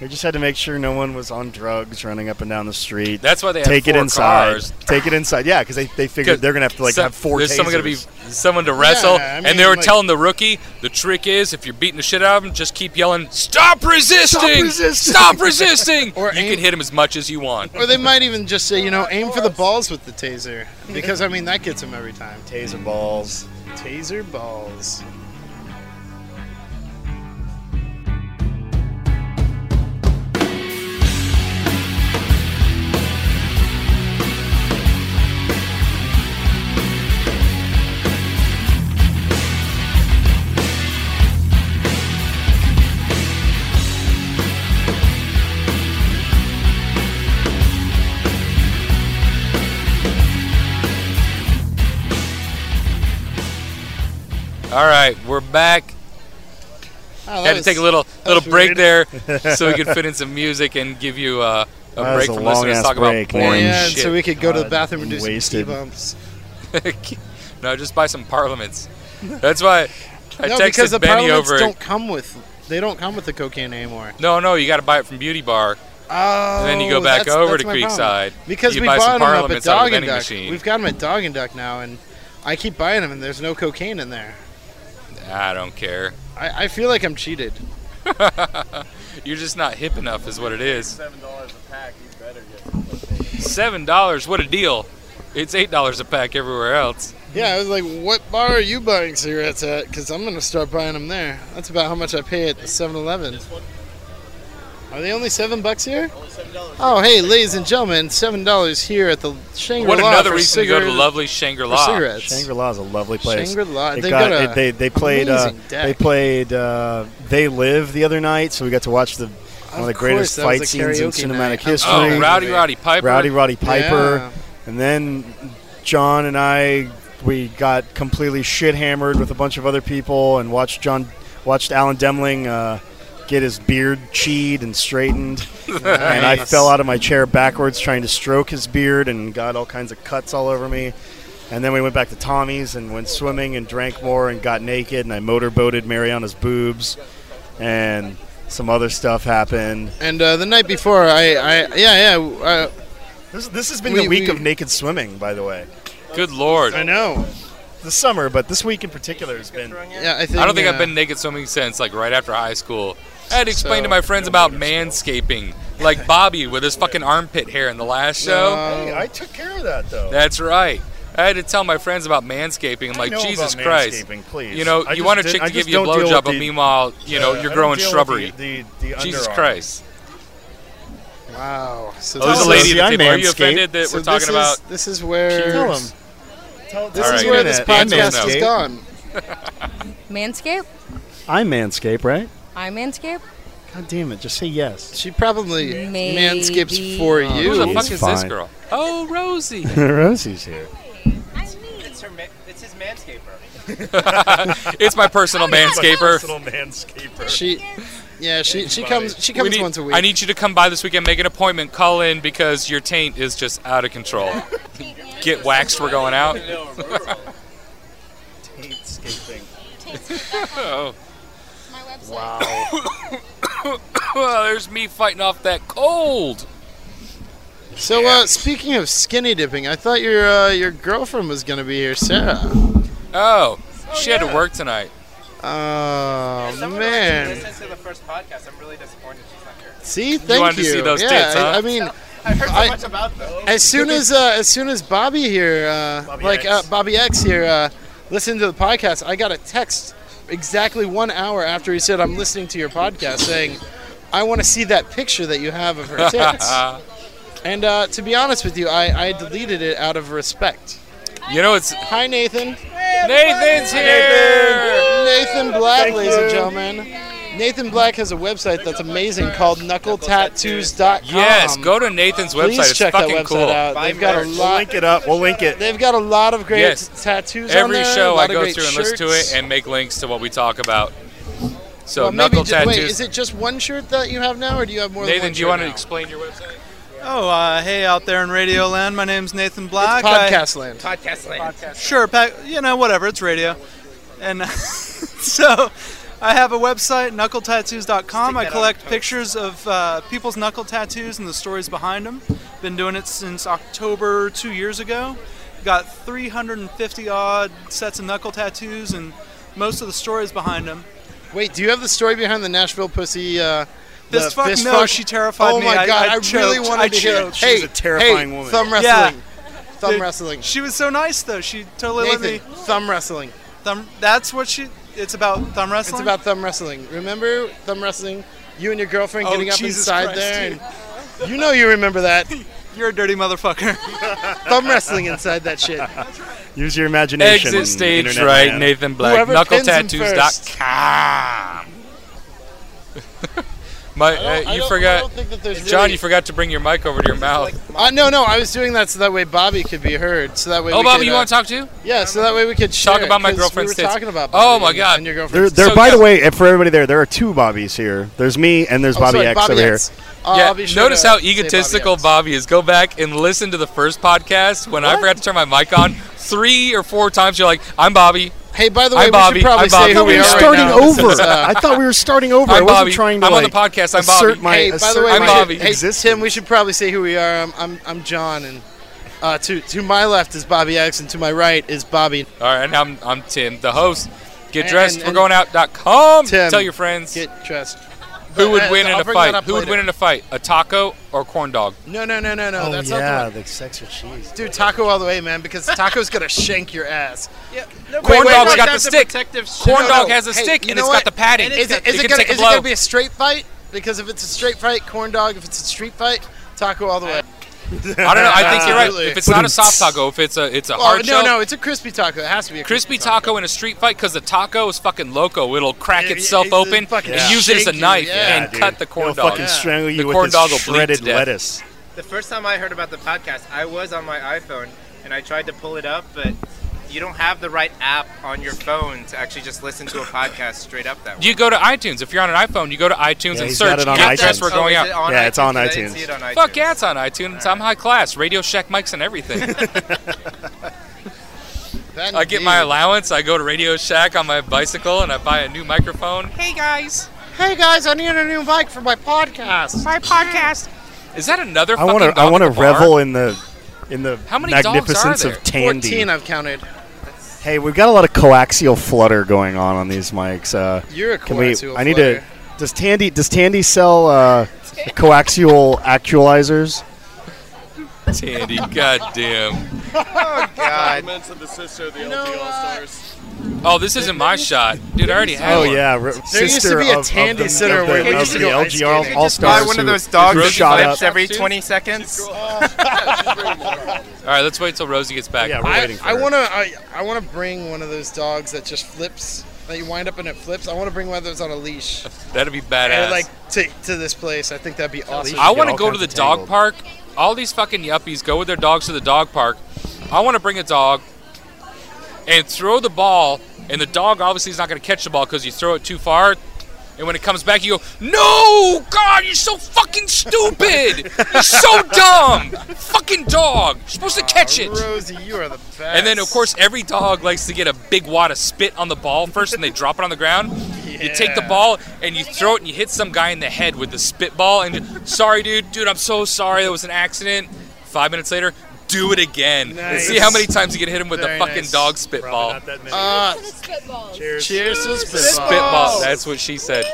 S3: we just had to make sure no one was on drugs running up and down the street.
S1: That's why they had
S3: Take it
S1: four
S3: inside.
S1: cars.
S3: Take it inside. Yeah, because they, they figured they're gonna have to like
S1: Some-
S3: have four.
S1: There's someone gonna be
S3: tasers.
S1: someone to wrestle,
S2: I
S1: and they
S2: mean,
S1: were
S2: like-
S1: telling the rookie the trick is if you're beating the shit out of him, just keep yelling, "Stop resisting!
S3: resisting!"
S1: Stop resisting!"
S2: Or
S1: you
S2: aim-
S1: can hit him as much as you want.
S2: Or they might even just say, you know, aim for the balls with the taser, because I mean that gets him every time.
S3: taser balls.
S2: Taser balls.
S1: All right, we're back.
S2: Oh, that
S1: Had to
S2: was-
S1: take a little
S2: that
S1: little
S2: was
S1: break
S2: weird.
S1: there so we could fit in some music and give you uh, a
S3: That was
S1: break
S3: a
S1: from listening to us
S3: long-ass
S1: talk
S3: break,
S1: about boring
S3: man.
S2: Yeah, and
S1: shit.
S2: so we could go to the
S3: God,
S2: bathroom and do some
S3: wasted.
S2: key bumps.
S1: no, just buy some parliaments. That's why I
S2: no,
S1: texted
S2: because the
S1: Benny
S2: parliaments
S1: over.
S2: don't come with they don't come with the cocaine anymore.
S1: No, no, you got to buy it from Beauty Bar.
S2: Oh,
S1: then you go back
S2: that's-
S1: over
S2: that's
S1: to
S2: my problem.
S1: Creekside.
S2: because
S1: You
S2: we
S1: buy some
S2: bought them up at
S1: Parliaments out of the
S2: Dog and
S1: vending
S2: Duck.
S1: machine.
S2: We've got them at Dog and Duck now, and I keep buying them, and there's no cocaine in there.
S1: I don't care.
S2: I, I feel like I'm cheated.
S1: You're just not hip enough, is what it is. Seven dollars a pack. You better get. Seven dollars. What a deal! It's eight dollars a pack everywhere else.
S2: Yeah, I was like, "What bar are you buying cigarettes at?" Because I'm gonna start buying them there. That's about how much I pay at the 7-Eleven. Are they only seven bucks here? Oh, hey, ladies and gentlemen, seven dollars here at the Shangri-La.
S1: What another
S2: for
S1: reason to go to the
S2: cigarette-
S1: lovely
S2: for
S1: Shangri-La.
S2: cigarettes.
S3: Shangri La is a lovely place.
S2: Shangri-La,
S3: They've
S2: they've
S3: got,
S2: got
S3: it-
S2: a
S3: they they played uh,
S2: amazing deck.
S3: they played uh, they live the other night, so we got to watch the one of the
S2: course,
S3: greatest
S2: that was
S3: fight
S2: a
S3: scenes in
S2: karaoke
S3: cinematic
S2: night.
S3: history.
S1: Oh, Rowdy
S2: Movie.
S1: Roddy Piper.
S3: Rowdy Roddy Piper,
S2: Yeah.
S3: and then John and I we got completely shit hammered with a bunch of other people and watched John watched Alan Demling. Uh, Get his beard cheed and straightened, and I
S2: Nice.
S3: fell out of my chair backwards trying to stroke his beard, and got all kinds of cuts all over me. And then we went back to Tommy's and went swimming and drank more and got naked and I motorboated Mariana's boobs and some other stuff happened.
S2: And uh, the night before, I, I yeah, yeah, uh,
S3: This, this has been
S2: We-
S3: the week
S2: we-
S3: of naked swimming, by the way.
S1: Good lord.
S2: I know.
S3: The summer, but this week in particular has been.
S2: Yeah, I think.
S1: I don't think
S2: uh,
S1: I've been naked swimming since like right after high school. I had to explain
S2: So-
S1: to my friends about manscaping, like Bobby with his fucking armpit hair in the last show.
S2: No.
S3: Hey, I took care of that though.
S1: That's right. I had to tell my friends about manscaping. I'm
S3: I
S1: like,
S3: know
S1: Jesus
S3: about
S1: Christ.
S3: manscaping, please.
S1: You know,
S3: I
S1: you
S3: just
S1: want a
S3: did-
S1: chick
S3: I
S1: to give
S3: just
S1: you a
S3: don't deal
S1: blowjob,
S3: with
S1: but
S3: the-
S1: meanwhile, you know,
S3: uh,
S1: you're
S3: I
S1: growing
S3: don't deal
S1: shrubbery.
S3: with The, the, the
S1: Jesus
S3: underarm.
S1: Christ.
S2: Wow. So
S1: Oh, there's
S3: us,
S1: a lady
S3: see,
S1: at the
S3: I
S1: table. Are you
S3: manscaped,
S1: offended that
S2: so
S1: we're talking
S2: this
S1: about?
S2: Is, this is where.
S3: Tell 'em. Tell,
S2: This
S1: All
S2: is
S1: right.
S2: where this
S1: Internet,
S2: podcast
S1: manscape.
S2: has gone.
S5: Manscape?
S3: I manscape, right?
S5: I manscape?
S3: God damn it! Just say yes.
S2: She probably
S5: Maybe.
S2: manscapes for
S5: Oh,
S1: Who the
S2: you.
S3: He's
S1: fuck is this
S3: fine.
S1: girl? Oh, Rosie.
S3: Rosie's here.
S6: It's her. ma- It's his manscaper.
S1: it's my personal manscaper.
S3: Personal manscaper.
S2: She, yeah, she she comes she
S1: We
S2: comes
S1: need-
S2: once a week.
S1: I need you to come by this weekend, make an appointment, call in because your taint is just out of control. Get waxed, we're going out.
S3: Manscaping.
S1: Oh,
S5: My website.
S1: well, Oh, there's me fighting off that cold.
S2: so uh, speaking of skinny dipping, I thought your uh, your girlfriend was gonna be here, Sarah.
S1: Oh, she had to work tonight.
S2: Oh
S6: Someone
S2: man!
S6: Listen to the first podcast. I'm really disappointed she's not here.
S2: See, thank you.
S1: wanted to see those
S2: yeah,
S1: tits,
S2: I-
S1: huh?
S2: I, mean,
S6: I heard so
S2: I-
S6: much about them.
S2: as soon as uh, as soon as Bobby here, uh,
S3: Bobby
S2: like
S3: X.
S2: Uh, Bobby X here, uh, listened to the podcast, I got a text exactly one hour after he said, "I'm listening to your podcast," saying, "I want to see that picture that you have of her tits." and uh, to be honest with you, I, I deleted it out of respect.
S1: you know, it's
S2: Hi, Nathan.
S1: Nathan's here.
S2: Nathan Black, ladies and gentlemen. Nathan Black has a website that's amazing called knuckletattoos.com.
S1: Yes, go to Nathan's website.
S2: Um, Please
S1: it's
S2: check that
S1: fucking
S2: website
S1: cool.
S2: out.
S6: Buy
S2: They've got a
S6: merch.
S3: We'll
S2: lot.
S3: link it up. We'll link it.
S2: They've got a lot of great
S1: Yes.
S2: tattoos. on
S1: Every
S2: there,
S1: show
S2: a lot
S1: I
S2: of
S1: go
S2: great
S1: through and listen to
S2: shirts.
S1: it and make links to what we talk about. So
S2: Well, maybe
S1: knuckle
S2: ju-
S1: tattoos.
S2: Wait, is it just one shirt that you have now, or do you have more than
S1: Nathan,
S2: one
S1: do you
S2: shirt
S1: want to
S2: now?
S1: explain your website?
S7: Oh, uh, hey, out there in Radio Land, my name's Nathan Black.
S2: It's podcast land.
S6: Podcast land.
S7: I, sure, pa- you know, whatever, it's radio. And so I have a website, knuckletattoos.com.
S6: Stick
S7: I
S6: that on
S7: collect
S6: toast.
S7: pictures of uh, people's knuckle tattoos and the stories behind them. Been doing it since October two years ago. Got 350 odd sets of knuckle tattoos and most of the stories behind them.
S2: Wait, do you have the story behind the Nashville pussy? Uh, the
S7: Fist fuck?
S2: fist
S7: No,
S2: fuck?
S7: she terrified
S2: oh
S7: me.
S2: my
S7: I-
S2: god,
S7: I
S2: really
S7: choked.
S2: wanted
S7: I
S2: to hear. it.
S7: choked.
S2: Hey,
S3: She's a terrifying
S2: hey,
S3: woman.
S2: Thumb wrestling.
S7: Yeah.
S2: Thumb
S7: Dude,
S2: wrestling.
S7: She was so nice, though. She totally let me.
S2: Nathan, thumb wrestling.
S7: Thumb, that's what she. It's about thumb wrestling.
S2: It's about thumb wrestling. Remember thumb wrestling? You and your girlfriend
S7: Oh,
S2: getting up
S7: Jesus
S2: inside
S7: Christ,
S2: there,
S7: dude.
S2: and you know you remember that
S7: You're a dirty motherfucker.
S2: thumb wrestling inside that shit.
S3: Use your imagination.
S1: Exit stage
S3: internet
S1: right,
S3: man.
S1: Nathan Black.
S2: Whoever pins him
S1: Knuckletattoos.com. My,
S2: I
S1: uh,
S2: don't-
S1: you
S2: I
S1: forgot,
S2: don't think that there's
S1: John.
S2: really-
S1: You forgot to bring your mic over to your mouth.
S2: Uh, no, no, I was doing that so that way Bobby could be heard. So that way.
S1: Oh,
S2: we
S1: Bobby,
S2: could,
S1: you
S2: uh,
S1: want to talk to?
S2: Yeah, so that way we could share
S1: Talk about
S2: it,
S1: my
S2: 'cause
S1: girlfriend's
S2: we were
S1: tits.
S2: talking about.
S1: Oh
S2: Bobby
S1: my
S2: and-
S1: God.
S2: And your
S3: There,
S2: girlfriend's.
S3: there.
S1: So,
S3: by the
S1: yeah.
S3: way, for everybody there, there are two Bobbies here. There's me and there's
S2: Oh,
S3: Bobby
S2: sorry,
S3: X
S2: Bobby
S3: over
S2: X.
S3: here.
S2: Uh, I'll
S1: yeah.
S2: be sure
S1: Notice
S2: to
S1: how
S2: say Bobby
S1: egotistical
S2: X.
S1: Bobby is. Go back and listen to the first podcast when I forgot to turn my mic on three or four times. You're like, I'm Bobby.
S2: Hey, by the way,
S1: I'm Bobby.
S2: we should probably
S1: I'm
S2: say
S1: Bobby.
S2: who
S1: No,
S2: we
S1: we're
S2: are right
S3: starting
S2: now. This
S3: over.
S2: is, uh,
S3: I thought we were starting over.
S1: I'm
S3: I wasn't
S1: Bobby.
S3: trying to
S1: I'm on the
S3: like,
S1: podcast. I'm
S3: assert
S1: Bobby.
S3: My,
S2: hey, by the
S3: assert
S2: way,
S1: I'm
S3: my
S1: Bobby.
S2: Hey,
S3: existence.
S2: Tim, we should probably say who we are. I'm, I'm, I'm John, and uh, to to my left is Bobby X, and to my right is Bobby.
S1: All right, and I'm I'm Tim, the host. Get
S2: And-
S1: dressed.
S2: and-
S1: We're going out.com.
S2: Tim,
S1: Tell your friends.
S2: Get dressed.
S1: Who would win
S2: I'll
S1: in a
S2: bring that
S1: fight?
S2: up
S1: Who would
S2: later.
S1: win in a fight? A taco or corn dog?
S2: No, no, no, no, no.
S3: Oh
S2: That's not the
S3: yeah,
S2: one.
S3: the sex or cheese.
S2: Dude, taco all the way, man, because taco's gonna shank your ass.
S1: Corn
S2: wait,
S1: dog's got the
S2: wait,
S6: that's a
S1: stick.
S6: protective shield.
S1: Corn
S2: No,
S1: dog
S2: no.
S1: has a
S2: Hey,
S1: stick
S2: you
S1: and
S2: know
S1: it's got
S2: what?
S1: the padding.
S6: And
S2: Is it,
S1: You
S2: is it,
S1: can
S2: gonna,
S1: take a
S2: is it gonna
S1: blow.
S2: be a straight fight? Because if it's a straight fight, corn dog. If it's a street fight, taco all the way.
S1: Uh, I don't know. I think you're
S2: Absolutely.
S1: right. If it's not a soft taco, if it's a it's a
S2: Oh,
S1: hard
S2: no,
S1: shell,
S2: no, it's a crispy taco. It has to be a
S1: crispy taco in a street fight because the taco is fucking loco. It'll crack
S2: It- it-
S1: itself
S2: it's a
S1: open
S2: fucking
S1: and use it as a
S2: shaky,
S1: knife
S2: yeah,
S1: and cut the corn
S3: He'll
S1: dog.
S3: fucking strangle you
S1: The
S3: with
S1: corn
S3: his
S1: dog will bleed to
S3: shredded
S1: death.
S3: lettuce.
S6: The first time I heard about the podcast, I was on my iPhone and I tried to pull it up, but you don't have the right app on your phone to actually just listen to a podcast straight up that way.
S1: You go to iTunes. If you're on an iPhone, you go to iTunes
S3: Yeah,
S1: and
S3: he's got
S1: search.
S3: it on
S1: Get
S3: iTunes.
S1: dressed. We're
S6: Oh,
S1: going
S6: is
S1: out.
S6: it on
S3: Yeah, it's on
S6: I didn't
S3: iTunes.
S6: see it on iTunes.
S1: Fuck yeah, it's on iTunes. I'm high class. Radio Shack mics and everything.
S2: That
S1: I get my allowance. I go to Radio Shack on my bicycle and I buy a new microphone.
S8: Hey guys,
S2: Hey guys, I need a new bike for my podcast.
S8: my podcast.
S1: Hmm. Is that another?
S3: I want to. I want to revel in the in the
S1: How many dogs are
S3: magnificence
S1: there?
S3: of Tandy.
S2: 14 I've counted.
S3: Hey, we've got a lot of coaxial flutter going on on these mics. Uh,
S2: You're a
S3: can we?
S2: coaxial
S3: I need
S2: flutter.
S3: to. Does Tandy? Does Tandy sell uh, coaxial actualizers?
S1: Tandy, goddamn.
S6: God.
S9: Comments of the sister of the
S2: know
S9: LPL
S2: what?
S9: stars.
S1: Oh, this isn't my shot, dude. I already had
S3: Oh
S1: one.
S3: yeah, r-
S2: There used to
S3: sister
S2: be a
S3: of- of
S2: Tandy
S3: the-
S2: Center
S3: of the,
S2: where we
S3: of
S2: used to
S3: the
S2: go ice
S3: LGR
S2: skating.
S3: all
S6: Buy
S3: stars.
S6: one of those dogs
S1: Who
S6: that
S1: shot
S6: flips
S1: up?
S6: every 20 seconds.
S1: All right, let's wait till Rosie gets back.
S3: Yeah, we're
S2: I,
S3: waiting for
S2: I
S3: her.
S2: wanna I, I wanna bring one of those dogs that just flips that you wind up and it flips. I wanna bring one of those on a leash.
S1: That'd be
S2: And
S1: badass.
S2: like to, to this place. I think that'd be awesome.
S1: I
S3: get
S1: want to
S3: all
S1: go to
S3: kinds
S1: the
S3: of
S1: dog
S3: tangled.
S1: park. All these fucking yuppies go with their dogs to the dog park. I want to bring a dog and throw the ball, and the dog obviously is not going to catch the ball because you throw it too far. And when it comes back, you go, "No, God, you're so fucking stupid! you're so dumb! Fucking dog! You're supposed to catch it!"
S2: Rosie, you are the best.
S1: And then, of course, every dog likes to get a big wad of spit on the ball first, and they drop it on the ground. You take the
S2: Yeah.
S1: ball and you throw it, and you hit some guy in the head with the spit ball. And you- sorry, dude, dude, I'm so sorry. That was an accident. Five minutes later, do it again. And see
S2: Nice.
S1: how many times you can hit him with
S2: Very
S1: the fucking
S2: nice.
S1: dog spit ball.
S3: that many.
S2: Uh,
S3: Cheers.
S2: cheers to spitball.
S1: Spit ball. That's what she said.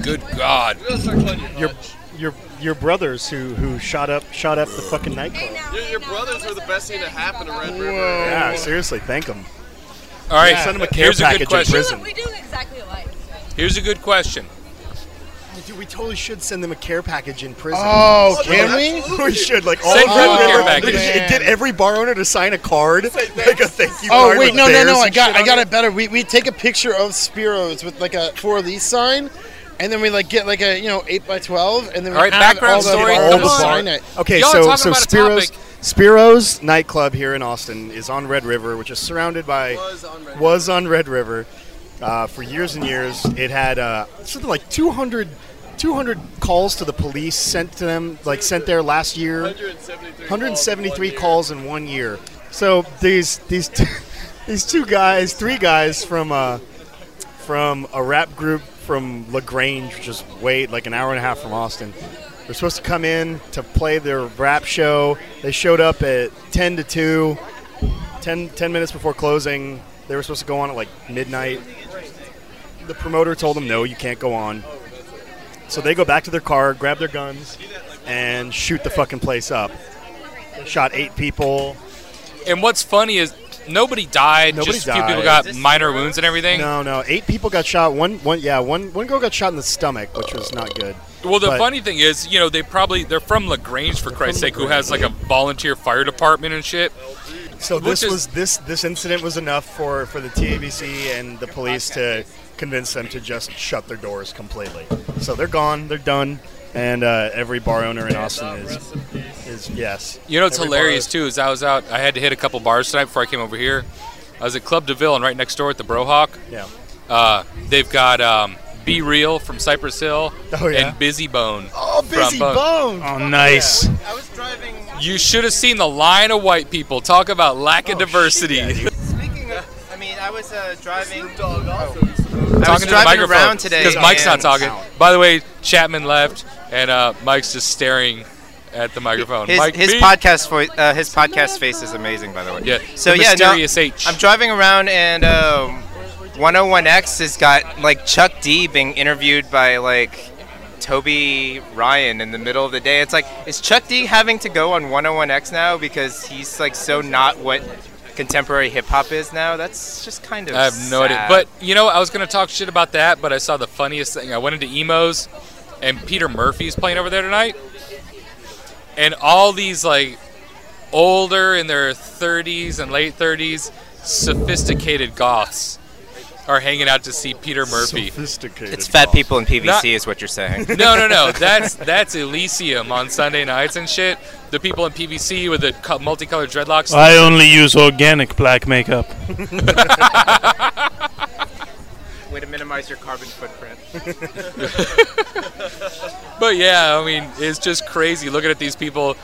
S1: Good God.
S9: We're gonna start calling you
S3: Your,
S9: Hutch.
S3: your, your brothers who, who shot up shot up the fucking nightclub.
S5: now,
S9: Your, your brothers were the best thing to happen to Red River.
S2: Whoa.
S3: Yeah, seriously, thank them.
S1: All right.
S3: Send him a care
S1: Here's a
S3: package
S1: good
S3: in
S1: question.
S3: prison.
S5: do exactly alike.
S1: Here's a good question.
S3: Dude, we totally should send them a care package in prison.
S2: Oh, can we?
S3: we should like all
S1: Send
S3: of
S1: Red
S3: them-
S1: River back in.
S3: Get- Get every bar owner to sign a card, like a thank you.
S2: Oh
S3: card
S2: wait,
S3: with
S2: no, no,
S3: bears
S2: no! I
S3: and
S2: got,
S3: shit
S2: I
S3: on
S2: got
S3: it.
S2: it better. We, we take a picture of Spiros with like a for lease sign, and then we like get like a you know eight by twelve, and then we
S1: All right,
S2: have
S1: background
S2: all the,
S1: story,
S2: all
S1: come
S2: the
S1: on.
S2: sign it.
S3: Okay,
S1: Y'all are
S3: so
S1: talking
S3: so
S1: about a
S3: Spiro's
S1: topic.
S3: Spiro's nightclub here in Austin is on Red River, which is surrounded by
S9: Was on Red
S3: was on Red River uh, for years and years. It had uh, something like 200, 200 calls to the police sent to them, like sent there last year.
S9: 173.
S3: 173 calls in one year. So these these two, these two guys, three guys from uh, from a rap group from Lagrange, which is way like an hour and a half from Austin. They're supposed to come in to play their rap show. They showed up at 10 to 2, 10, 10 minutes before closing. They were supposed to go on at like midnight. The promoter told them, no, you can't go on. So they go back to their car, grab their guns, and shoot the fucking place up shot eight people.
S1: And what's funny is nobody died.
S3: Nobody
S1: just a few people
S3: died.
S1: got minor wounds and everything.
S3: No, no, eight people got shot. One, one, yeah, one, one girl got shot in the stomach, which was not good.
S1: Well, the
S3: But-
S1: funny thing is, you know, they probably they're from Lagrange for Christ's sake, who has like a volunteer fire department and shit.
S3: So
S1: Which
S3: this
S1: is-
S3: was this this incident was enough for for the TABC and the police to convince them to just shut their doors completely. So they're gone, they're done, and uh, every bar owner in Austin is is yes.
S1: You know, it's
S3: Every
S1: hilarious
S3: bar-
S1: too. Is I was out, I had to hit a couple bars tonight before I came over here. I was at Club Deville and right next door at the Brohawk.
S3: Yeah.
S1: Uh, they've got um, Be Real from Cypress Hill
S3: Oh, yeah?
S1: and Busy Bone.
S3: Oh, busy bone.
S7: Oh, nice.
S6: I was driving.
S1: You should have seen the line of white people. Talk about lack
S3: Oh,
S1: of diversity.
S6: Speaking of, I mean, I was uh, driving. Oh.
S9: Dog also used to
S6: I was
S1: talking to the
S6: driving
S1: microphone
S6: around today.
S1: because Mike's not
S6: and-
S1: talking. By the way, Chapman left, and uh, Mike's just staring at the microphone.
S6: His,
S1: Mike
S6: his
S1: B.
S6: podcast voice, uh, his podcast face is amazing, by the way.
S1: Yeah.
S6: So
S1: the
S6: yeah, no,
S1: mysterious H.
S6: I'm driving around and um, 101X has got like Chuck D being interviewed by like Toby Ryan in the middle of the day. It's like, is Chuck D having to go on 101X now because he's like so not what contemporary hip hop is now? That's just kind of.
S1: I have no idea.
S6: sad.
S1: But you know, I was gonna talk shit about that, but I saw the funniest thing. I went into emos, and Peter Murphy's playing over there tonight, and all these like older in their 30s and late 30s, sophisticated goths are hanging out to see Peter Murphy.
S3: Sophisticated.
S6: it's fat people in PVC,
S1: Not-
S6: is what you're saying.
S1: No, no, no. That's that's Elysium on Sunday nights and shit. The people in PVC with the co- multicolored dreadlocks.
S10: I only use organic black makeup.
S6: Way to minimize your carbon footprint.
S1: But yeah, I mean, it's just crazy looking at these people.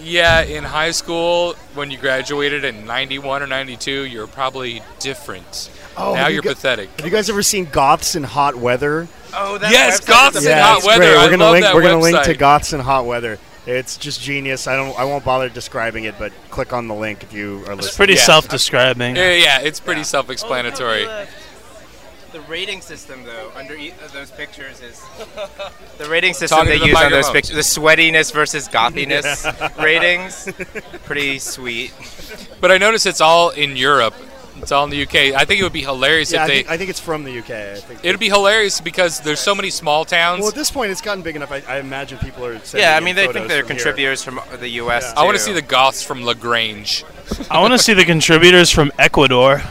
S1: yeah, in high school, when you graduated in 91 or 92, you're probably different. now
S3: have Oh, you
S1: you're
S3: gu-
S1: pathetic.
S3: Have you guys ever seen Goths in Hot Weather?
S6: Oh,
S1: that Yes, website Goths is in amazing. Hot
S3: it's
S1: Weather.
S3: Great. We're
S1: I
S3: gonna
S1: love
S3: link.
S1: that
S3: we're gonna link to
S1: website.
S3: Goths in Hot Weather. It's just genius. I don't. I won't bother describing it, but click on the link if you are listening.
S10: pretty Yeah. self-describing.
S1: Yeah, yeah, it's pretty self-explanatory.
S6: The rating system, though, under e- uh, those pictures is the rating system
S1: Talking
S6: they
S1: to the
S6: use on those
S1: microphone.
S6: pictures. The sweatiness versus gothiness
S1: Yeah.
S6: ratings, pretty sweet.
S1: But I notice it's all in Europe. It's all in the UK. I think it would be hilarious
S3: Yeah, I
S1: if they.
S3: think, I think it's from the UK. I think.
S1: it'd be hilarious because there's so many small towns.
S3: Well, at this point, it's gotten big enough. I, I imagine people are. Sending
S6: yeah, I
S3: in
S6: mean, they think
S3: photos
S6: they're
S3: from here.
S6: contributors from uh, the U.S.
S1: I want to
S6: too.
S1: see the Goths from Lagrange,
S10: I want to see the contributors from Ecuador.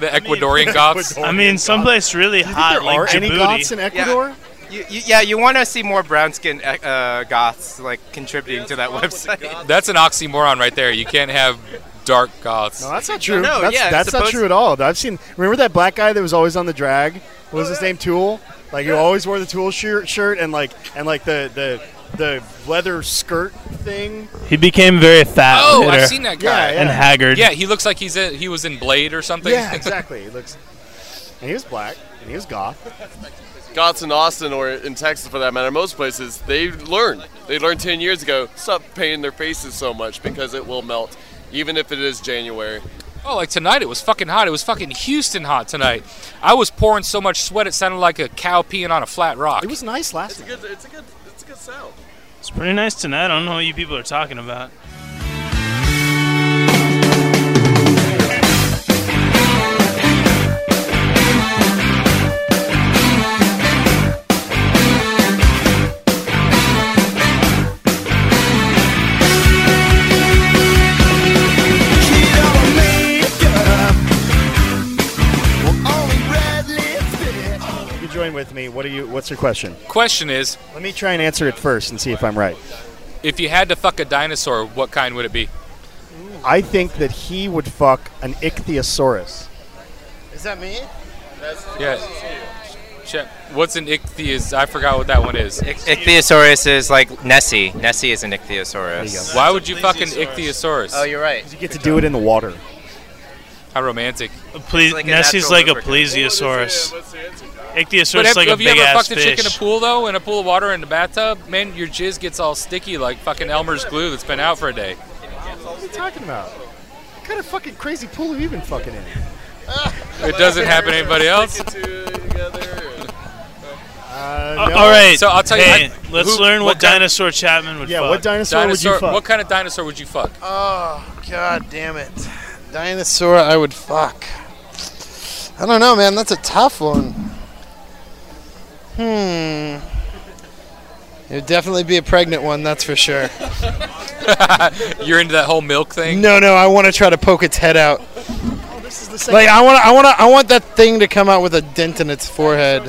S1: the Ecuadorian Goths.
S10: I mean, someplace really hot like Djibouti.
S3: Ecuador?
S6: Yeah, you, you, yeah, you want to see more brown-skinned uh, Goths like contributing to that website.
S1: That's an oxymoron right there. You can't have dark Goths.
S3: No, that's not true.
S6: No,
S3: that's
S6: yeah,
S3: that's not
S6: suppose-
S3: true at all. I've seen. Remember that black guy that was always on the drag? What was his name? Tool. Like he always wore the Tool shirt, shirt and like and like the the the leather skirt thing.
S10: He became very fat.
S1: Oh,
S10: later.
S1: I've seen that guy.
S10: And haggard.
S1: Yeah, he looks like he's in, he was in Blade or something.
S3: Yeah, exactly. He looks. And he was black. And he was goth.
S9: Goths in Austin or in Texas for that matter, most places, they learn. They learned 10 years ago, stop painting their faces so much because it will melt, even if it is January.
S1: Oh, like tonight it was fucking hot. It was fucking Houston hot tonight. I was pouring so much sweat it sounded like a cow peeing on a flat rock.
S3: It was nice last
S9: It's a good, it's a good, it's a good sound.
S10: It's pretty nice tonight. I don't know what you people are talking about.
S3: You join with me. What are you? What's your question?
S1: Question is,
S3: Let me try and answer it first and see if I'm right.
S1: if you had to fuck a dinosaur, what kind would it be?
S3: I think that he would fuck an ichthyosaurus.
S2: Is that me?
S1: Yeah. Shit. What's an ichthyos? I forgot what that one is.
S6: Ichthyosaurus is like Nessie. Nessie is an ichthyosaurus.
S1: Why would you fuck an ichthyosaurus?
S6: Oh, you're right.
S3: You get to do it in the water.
S1: How romantic.
S10: A ple-
S6: like a
S10: Nessie's
S6: natural
S10: like a
S6: lubricant.
S10: plesiosaurus.
S1: But
S10: Ichthyosaurus
S1: have,
S10: is like a
S1: have you
S10: big
S1: ever
S10: ass
S1: fucked a chick
S10: fish.
S1: in a pool though? In a pool of water in the bathtub? Man, your jizz gets all sticky like fucking Elmer's glue that's been out for a day.
S3: What are you talking about? What kind of fucking crazy pool have you been fucking in?
S1: It doesn't happen to anybody else.
S3: Uh,
S10: Uh, all right.
S1: So I'll tell you-
S10: Hey,
S1: I-
S10: let's
S1: who-
S10: learn
S1: what
S10: what,
S1: kind-
S10: dinosaur Chapman would
S3: Yeah,
S10: fuck.
S3: what dinosaur, would
S1: Dinosaur.
S3: you fuck?
S1: What kind of dinosaur would you fuck?
S2: Oh god damn it. Dinosaur I would fuck. I don't know man, that's a tough one. Hmm. It would definitely be a pregnant one, that's for sure.
S1: You're into that whole milk thing.
S2: No, no, I want to try to poke its head out. Oh,
S3: This is the
S2: Like I want to I want to I want that thing to come out with a dent in its forehead.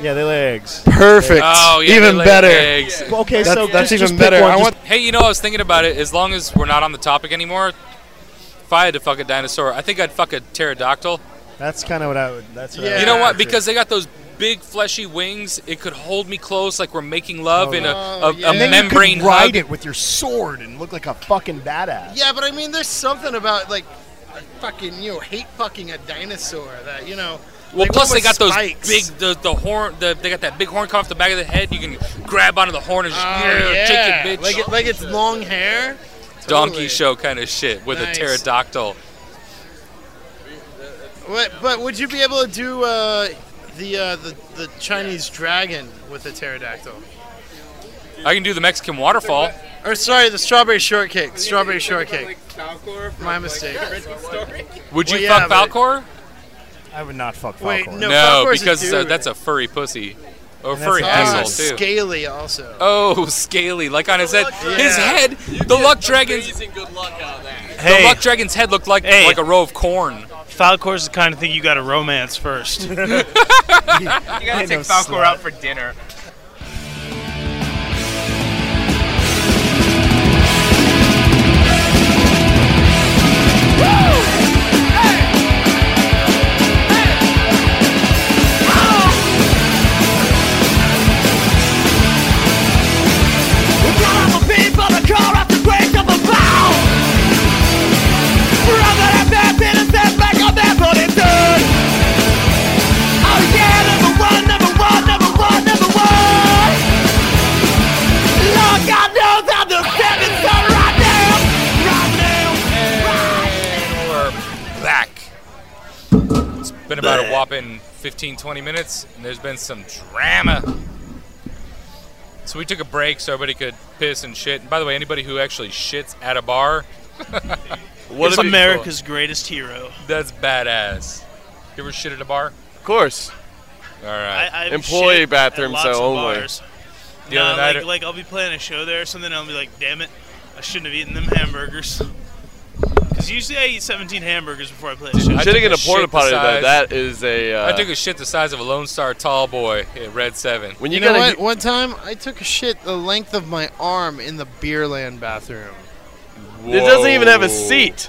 S3: yeah, they lay eggs.
S2: Perfect.
S1: Oh yeah.
S2: Even
S1: they lay
S2: better.
S1: eggs.
S3: Okay,
S2: That's-
S3: so
S2: that's
S3: just,
S2: even
S3: just pick
S2: better.
S3: One,
S2: I
S3: just-
S2: want-
S1: Hey, you know, I was thinking about it. As long as we're not on the topic anymore, if I had to fuck a dinosaur, I think I'd fuck a pterodactyl.
S3: that's kind of what I would. That's what I
S2: Yeah.
S3: would
S1: You know what?
S3: do.
S1: Because they got those big fleshy wings, it could hold me close like we're making love in a,
S2: Oh,
S1: a,
S2: yeah.
S1: a
S2: And then
S3: you could
S1: membrane
S3: ride
S1: hug.
S3: it with your sword and look like a fucking badass.
S2: Yeah, but I mean there's something about like fucking you know, hate fucking a dinosaur that, you know.
S1: Well,
S2: like,
S1: plus
S2: what
S1: they got
S2: with
S1: those
S2: spikes?
S1: big the, the horn. The, they got that big horn coming off the back of the head. You can grab onto the horn and just
S2: Oh,
S1: yeah,
S2: yeah.
S1: take it, bitch.
S2: Like, it, like it's long hair.
S1: Donkey
S2: Totally.
S1: show kind of shit with
S2: Nice.
S1: a pterodactyl.
S2: What, but would you be able to do uh, the, uh, the the Chinese dragon with a pterodactyl?
S1: I can do the Mexican waterfall.
S2: Or sorry, the strawberry shortcake. Strawberry shortcake. My mistake.
S1: Would you
S2: Well, yeah,
S1: fuck
S2: but-
S1: Falcor?
S3: I would not fuck Falcor.
S2: Wait,
S1: No,
S2: no. Falcor's a
S1: because uh,
S2: dude.
S1: that's a furry pussy. Or
S3: that's
S1: furry
S3: a
S2: Ah,
S1: asshole,
S3: dude.
S1: too.
S2: scaly also.
S1: oh, scaly. Like on his head. His
S2: Yeah.
S1: head, the Luck Dragon's
S9: good luck out of that.
S1: the
S10: hey,
S1: Luck Dragon's head looked like
S10: Hey.
S1: like a row of corn.
S10: Falcor's the kind of thing you got to romance first.
S6: You gotta
S3: Ain't
S6: take
S3: no
S6: Falcor
S3: slut.
S6: out for dinner.
S4: We're gonna people
S1: about a whopping 15, 20 minutes, and there's been some drama. So we took a break so everybody could piss and shit. And by the way, anybody who actually shits at a bar,
S10: What
S1: is
S10: is America's greatest hero?
S1: That's badass. You ever shit at a bar?
S9: Of course.
S1: All right.
S10: I- I've
S9: Employee
S10: shit at
S9: bathrooms,
S10: lots
S9: so
S10: of
S9: only.
S10: bars.
S1: The
S10: No,
S1: other night-
S10: like, like I'll be playing a show there or something, and I'll be like, damn it, I shouldn't have eaten them hamburgers. Because usually I eat 17 hamburgers before I play a show.
S1: I took
S9: Shitting in
S1: a
S9: a
S1: shit
S9: porta
S1: the
S9: potty though,
S1: size-
S9: that is a. Uh,
S1: I took a shit the size of a Lone Star Tall Boy at Red 7.
S9: when you,
S2: You, know
S9: gotta
S2: what?
S9: get-
S2: One time I took a shit the length of my arm in the Beerland bathroom.
S9: it doesn't even have a
S1: Whoa.
S9: seat.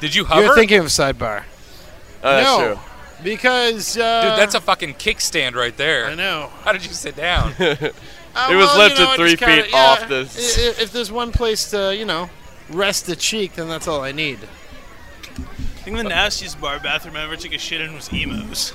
S1: Did you hover?
S2: You're thinking of sidebar.
S9: Oh, that's
S2: no,
S9: true.
S2: because uh,
S1: Dude, that's a fucking kickstand right
S2: I
S1: there.
S2: know.
S1: How did you sit down?
S2: Uh,
S9: It was
S2: well,
S9: lifted
S2: I
S9: three
S2: just kinda-
S9: feet off the-
S2: i- i- If there's one place to, you know, rest the cheek, then that's all I need.
S10: I think the nastiest bar bathroom I ever took a shit in was Emo's.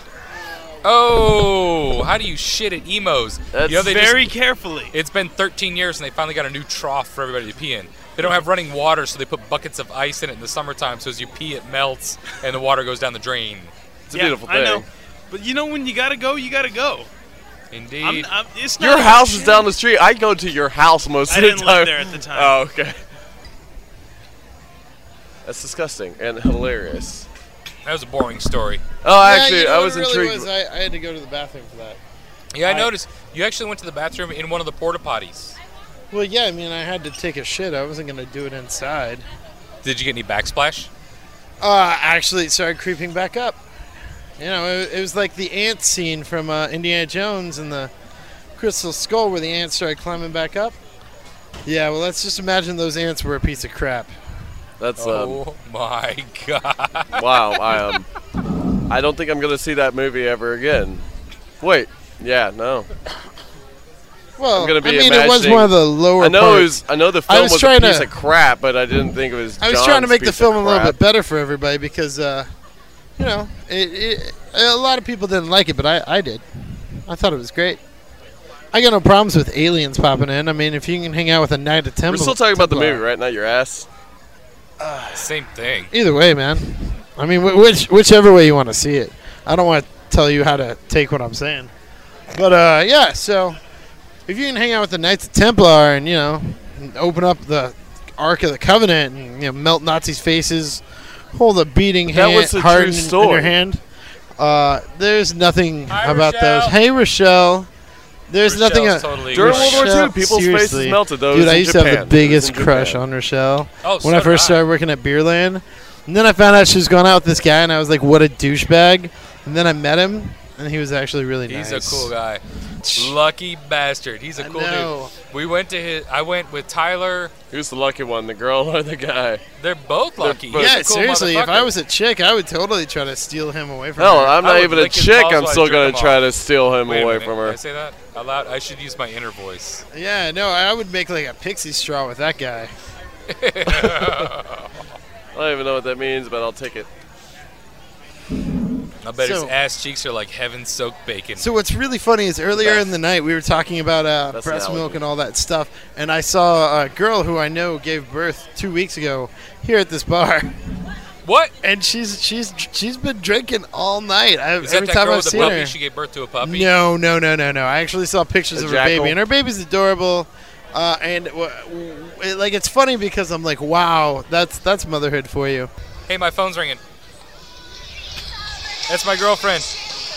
S1: oh, how do you shit at emos?
S9: That's
S1: you know, they just-
S10: Very carefully.
S1: it's been 13 years and they finally got a new trough for everybody to pee in. They don't have running water, so they put buckets of ice in it in the summertime. So as you pee, it melts and the water goes down the drain.
S9: It's a beautiful thing.
S10: I know. But you know when you gotta go, you gotta go. I'm,
S1: Indeed.
S10: I'm, it's not
S9: Your
S10: like-
S9: house is down the street. I go to your house most
S10: I
S9: of the
S10: didn't
S9: time.
S10: live there at the time.
S9: Oh, okay. That's disgusting and hilarious.
S1: that was a boring story.
S9: Oh,
S2: Yeah,
S9: actually,
S2: you know
S9: I
S2: what
S9: was
S2: it really
S9: intrigued.
S2: was? I, I had to go to the bathroom for that.
S1: Yeah, I noticed you actually went to the bathroom in one of the porta potties.
S2: Well, yeah, I mean, I had to take a shit. I wasn't gonna do it inside.
S1: Did you get any backsplash?
S2: Uh, actually, it started creeping back up. You know, it, it was like the ant scene from uh, Indiana Jones and the Crystal Skull, where the ants started climbing back up. Yeah, well, let's just imagine those ants were a piece of crap.
S9: That's
S2: uh,
S9: um,
S1: oh my god!
S9: wow. I um, I don't think I'm gonna see that movie ever again. Wait. Yeah. No.
S2: Well,
S9: I'm gonna be
S2: I mean, it was
S9: imagining-
S2: one of the lower.
S9: I know. It
S2: parts.
S9: was, I know the
S2: I
S9: film
S2: was
S9: was, a
S2: trying
S9: piece
S2: to-
S9: of crap, but I didn't think it was.
S2: I was trying to
S9: John's
S2: make the
S9: piece of
S2: film a little
S9: crap.
S2: bit better for everybody because, uh, you know, it, it, a lot of people didn't like it, but I, I did. I thought it was great. I got no problems with aliens popping in. I mean, if you can hang out with a Knight of Temple.
S9: We're still talking about the movie, right? Not your ass.
S1: Same thing.
S2: Either way, man. I mean, wh- which whichever way you want to see it. I don't want to tell you how to take what I'm saying. But, uh, yeah, so if you can hang out with the Knights of Templar and, you know, and open up the Ark of the Covenant and, you know, melt Nazis' faces, hold a beating
S9: That
S2: hand,
S9: was the
S2: hard
S9: true
S2: in- in your
S9: story.
S2: hand, uh, there's nothing
S1: Hi,
S2: about
S1: Rochelle.
S2: those. Hey, Rochelle. There's
S1: Rochelle's
S2: nothing. uh,
S1: totally
S9: During World War
S2: Rochelle,
S9: II, people's
S2: seriously.
S9: faces melted. Those
S2: Dude, I
S9: in
S2: used to
S9: Japan.
S2: have the
S9: Those in
S2: biggest crush
S9: Japan.
S2: on Rochelle
S1: Oh,
S2: when
S1: so
S2: I first
S1: did
S2: started working at Beerland. And then I found out she was going out with this guy, and I was like, "What a douchebag!" And then I met him, and he was actually really nice.
S1: He's a cool guy. Lucky bastard. He's a
S2: I
S1: cool
S2: know.
S1: dude. We went to his. I went with Tyler.
S9: Who's the lucky one, the girl or the guy?
S1: They're both lucky.
S9: both-
S1: He's
S2: Yeah,
S1: a cool
S2: seriously. If
S1: motherfucker.
S2: I was a chick, I would totally try to steal him away from
S9: Hell,
S2: her.
S9: I'm
S1: I
S9: not
S1: would
S9: even a
S1: lick his
S9: chick.
S1: balls
S9: I'm
S1: while I
S9: still
S1: jerk
S9: gonna
S1: him
S9: try
S1: off.
S9: to steal him
S1: Wait a
S9: away
S1: minute,
S9: from
S1: Did
S9: her.
S1: I say that out loud. I should use my inner voice.
S2: yeah, no, I would make like a pixie straw with that guy.
S9: I don't even know what that means, but I'll take it.
S1: I bet
S2: So-
S1: his ass cheeks are like heaven soaked bacon.
S2: So what's really funny is earlier in the night we were talking about uh,
S9: Best
S2: breast
S9: analogy.
S2: milk and all that stuff, and I saw a girl who I know gave birth two weeks ago here at this bar.
S1: what?
S2: and she's she's she's been drinking all night. I,
S1: Is
S2: every
S1: that that
S2: time
S1: girl
S2: I've
S1: with the
S2: seen
S1: puppy?
S2: her.
S1: She gave birth to a puppy.
S2: No, no, no, no, no. I actually saw pictures
S9: A
S2: of her
S9: jackal?
S2: baby, and her baby's adorable. Uh, and w- w- it, like it's funny because I'm like, wow, that's that's motherhood for you.
S1: Hey, my phone's ringing. That's my girlfriend.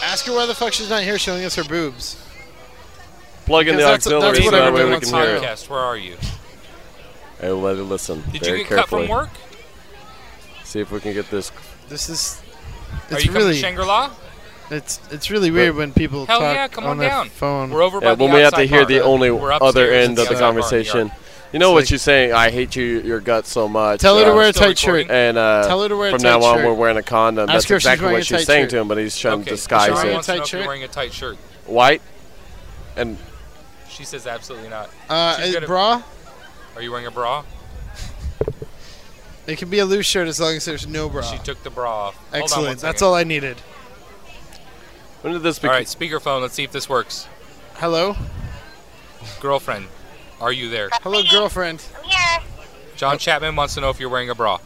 S2: Ask her why the fuck she's not here showing us her boobs.
S9: Plug in the
S2: Because that's- that's
S9: auxiliary so
S2: what
S9: that way
S2: everyone
S9: we
S2: wants to
S9: can hear
S2: hear.
S9: it.
S1: Podcast. Where are you?
S9: Hey, let it listen.
S1: Did
S9: very
S1: you get cut
S9: carefully.
S1: from work?
S9: See if we can get this.
S2: This is
S1: are
S2: it's
S1: you coming
S2: really
S1: to Shangri-La?
S2: it's it's really weird when people
S1: Hell
S2: talk
S1: yeah, come on
S2: their
S1: down.
S2: phone.
S1: We're over by
S9: Yeah,
S1: the
S9: when we have to
S1: outside
S9: hear
S1: bar.
S9: the only
S1: We're
S9: other
S1: upstairs
S9: end
S1: at
S9: of the
S1: outside bar in
S9: conversation.
S1: yard.
S9: You know
S2: It's
S9: what
S2: like-
S9: you're saying. I hate you, your guts so much.
S2: Tell her to
S9: uh,
S2: wear a
S1: still
S2: tight
S1: recording.
S2: shirt.
S9: And uh,
S2: Tell her to wear a
S9: from
S2: tight
S9: now on,
S2: shirt.
S9: we're wearing a condom.
S2: Ask
S9: That's
S2: her if she's
S9: exactly
S2: wearing
S9: what
S2: a
S9: she's
S2: tight
S9: saying
S2: shirt.
S9: to him, but he's trying
S1: Okay.
S9: to disguise
S1: She
S2: Wearing a
S9: it.
S1: wants to know
S2: tight
S1: if you're
S2: shirt?
S1: wearing a tight shirt.
S9: White and
S1: She says absolutely not.
S2: Uh,
S1: She's
S2: a
S1: gonna-
S2: bra.
S1: Are you wearing a bra?
S2: It can be a loose shirt as long as there's no bra.
S1: She took the bra off. Hold on one
S2: Ah. Excellent. That's
S1: second.
S2: all I needed.
S9: when did this
S1: All
S9: become?
S1: right, speakerphone. Let's see if this works.
S2: Hello,
S1: Girlfriend, are you there?
S2: hello, girlfriend.
S5: Yeah.
S1: John Chapman wants to know if you're wearing a bra.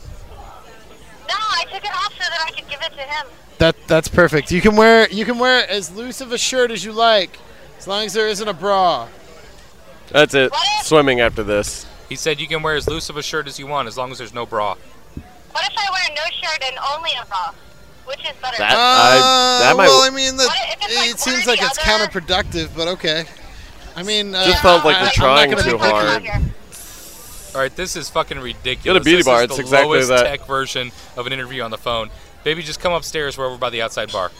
S5: No, I took it off so that I could give it to him.
S2: That that's perfect. You can wear you can wear as loose of a shirt as you like, as long as there isn't a bra.
S9: That's it. Swimming after this.
S1: He said you can wear as loose of a shirt as you want as long as there's no bra.
S8: What if I wear no shirt and only a bra? Which is better?
S9: That- I- that might-
S2: Uh, well, I mean, that,
S8: What if it's like
S2: it seems like it's counterproductive, but okay. I mean, uh,
S9: Just felt like
S2: I-
S9: they're
S2: I'm not
S9: trying
S2: gonna
S9: too
S2: be picky.
S9: hard.
S1: All right, this is fucking ridiculous.
S9: Get a beauty
S1: this
S9: bar,
S1: Is
S9: it's
S1: the
S9: exactly
S1: lowest
S9: that.
S1: tech version of an interview on the phone. Baby, just come upstairs. We're over by the outside bar.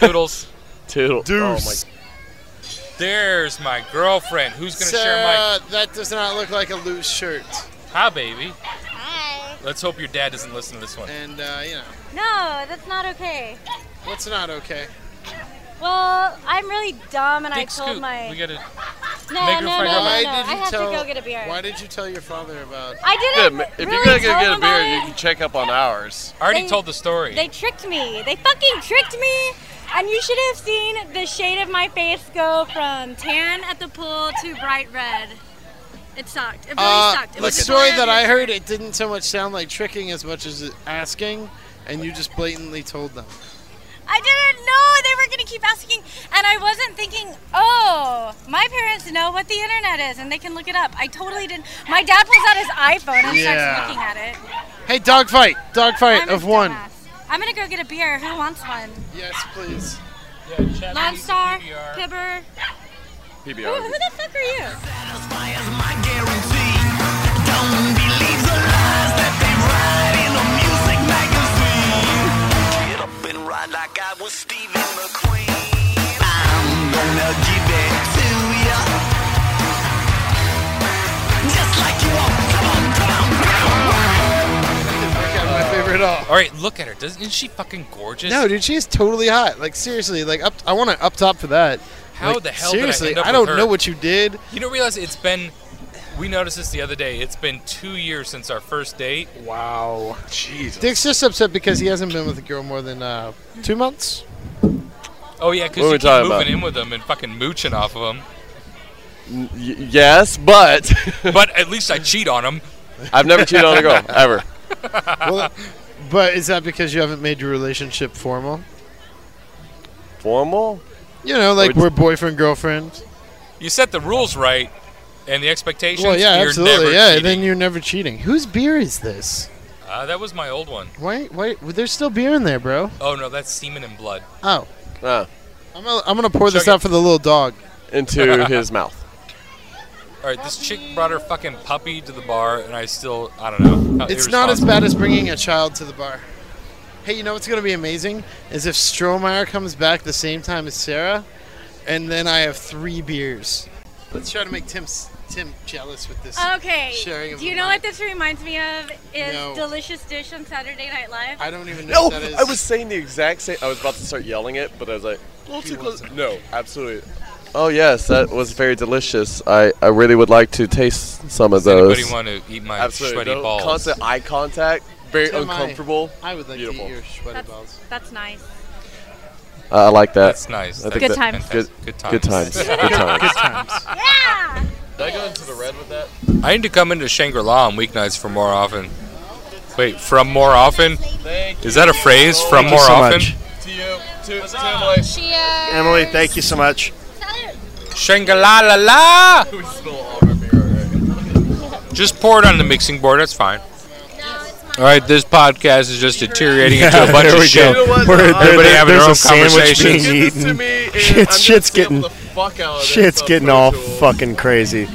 S1: Toodles.
S9: Toodle.
S2: Deuce.
S1: Oh There's my girlfriend. Who's gonna share my?
S2: Sarah, that does not look like a loose shirt.
S1: Hi, baby. Let's hope your dad doesn't listen to this one.
S2: And uh, you know,
S5: No, that's not okay.
S2: what's not okay?
S5: Well, I'm really dumb, and I
S2: Dick
S5: told
S2: scoot.
S5: my.
S1: We gotta.
S5: no,
S1: make
S5: no,
S1: her
S5: no,
S1: find
S5: no,
S1: out
S5: Oh, no,
S1: about
S5: I
S1: it. Why did you
S5: have to
S2: tell-
S5: go get a beer.
S2: Why did you tell your father about?
S5: I didn't
S9: Yeah, if
S5: really
S9: you're gonna go
S5: tell
S9: get a
S5: them
S9: beer,
S5: about
S9: you
S5: it.
S9: can check up on ours.
S1: I already
S5: They-
S1: told the story.
S5: They tricked me. They fucking tricked me. And you should have seen the shade of my face go from tan at the pool to bright red. It sucked. It really
S2: Uh,
S5: sucked. It
S2: the
S5: was
S2: story
S5: hilarious.
S2: that I heard, it didn't so much sound like tricking as much as it asking, and you just blatantly told them.
S5: I didn't know they were gonna keep asking, and I wasn't thinking. Oh, my parents know what the internet is, and they can look it up. I totally didn't. My dad pulls out his iPhone and
S2: Yeah.
S5: starts looking at it.
S2: Hey, dogfight! Dogfight of one.
S5: I'm gonna go get a beer. Who wants one?
S2: Yes, please.
S5: Lone Star, Pibber. Who,
S9: PBR.
S5: who the fuck are you?
S2: My favorite all.
S1: All right, look at her. Doesn't isn't she fucking gorgeous?
S2: No, dude, she's totally hot. Like seriously, like up. I want to up top for that.
S1: How
S2: Like,
S1: the hell did I
S2: Seriously,
S1: end up
S2: I
S1: with
S2: don't
S1: her?
S2: know what you did.
S1: You don't realize it's been. We noticed this the other day. It's been two years since our first date.
S2: Wow.
S9: Jesus.
S2: Dick's just upset because he hasn't been with a girl more than uh, two months.
S1: Oh yeah,
S9: What
S1: because
S9: were we
S1: you keep
S9: talking
S1: moving
S9: about?
S1: in with them and fucking mooching off of them.
S9: Y- yes, but
S1: But at least I cheat on them.
S9: I've never cheated on a girl ever.
S2: Well, but is that because you haven't made your relationship formal?
S9: Formal?
S2: You know, like
S9: Or-
S2: we're boyfriend girlfriend.
S1: You set the rules right and the expectations.
S2: Well, yeah,
S1: you're Never
S2: absolutely. Yeah,
S1: cheating.
S2: then you're never cheating. Whose beer is this?
S1: Uh, that was my old one.
S2: Wait, wait. well, There's still beer in there, bro.
S1: Oh no, that's semen and blood.
S2: Oh,
S9: Uh,
S2: I'm gonna, I'm gonna pour this
S1: Chug it.
S2: out for the little dog.
S9: into his mouth.
S1: All right, this chick brought her fucking puppy to the bar, and I still I don't know. How
S2: It's not as
S1: irresponsible.
S2: bad as bringing a child to the bar. Hey, you know what's gonna be amazing is if Strohmeyer comes back the same time as Sarah, and then I have three beers. Let's try to make Tim s- Tim jealous with this.
S5: Okay.
S2: Sharing of
S5: Do you
S2: the
S5: know
S2: mic.
S5: what this reminds me of? Is
S2: No.
S5: Delicious Dish on Saturday Night Live?
S2: I don't even know
S9: No,
S2: what that is.
S9: I was saying the exact same. I was about to start yelling it, but I was like, a little too close. No, absolutely. Oh yes, that was very delicious. I, I really would like to taste some of
S1: Does anybody
S9: those.
S1: want to eat my
S9: Absolutely.
S1: sweaty
S9: no
S1: balls?
S9: Constant eye contact, very
S2: Tim, I-
S9: uncomfortable.
S2: I would like
S9: Beautiful.
S2: to eat your sweaty
S5: That's,
S2: balls.
S5: that's nice.
S9: Uh, I like that.
S1: That's nice.
S9: I think
S5: Good
S9: that-
S5: times.
S1: Fantastic.
S9: Good-
S1: Good
S9: Good
S1: times.
S9: times. Good times.
S5: Yeah.
S9: Did I go into the red with that?
S1: I need to come into Shangri La on weeknights for more often. Wait, from more often? Is that a phrase? From
S3: Thank
S1: more
S3: you so
S1: often?
S3: much.
S9: To you. To, to
S5: Cheers.
S3: Emily, thank you so much.
S1: Shangri La La La!
S9: We spill all of our beer already.
S1: Just pour it on the mixing board, that's fine. All right, this podcast is just deteriorating into a bunch
S3: There
S1: of
S3: we
S1: shit.
S3: go.
S9: what?
S3: We're-
S9: Everybody
S3: there-
S1: having
S3: there's
S1: their
S3: a
S1: own
S3: sandwich
S1: conversations.
S3: being
S9: Give this to
S3: eaten.
S9: me, and
S3: Shit's-
S9: I'm gonna
S3: shit's
S9: sample
S3: getting-
S9: the fuck out of this
S3: Shit's
S9: on
S3: getting all
S9: Pro Tools.
S3: fucking crazy.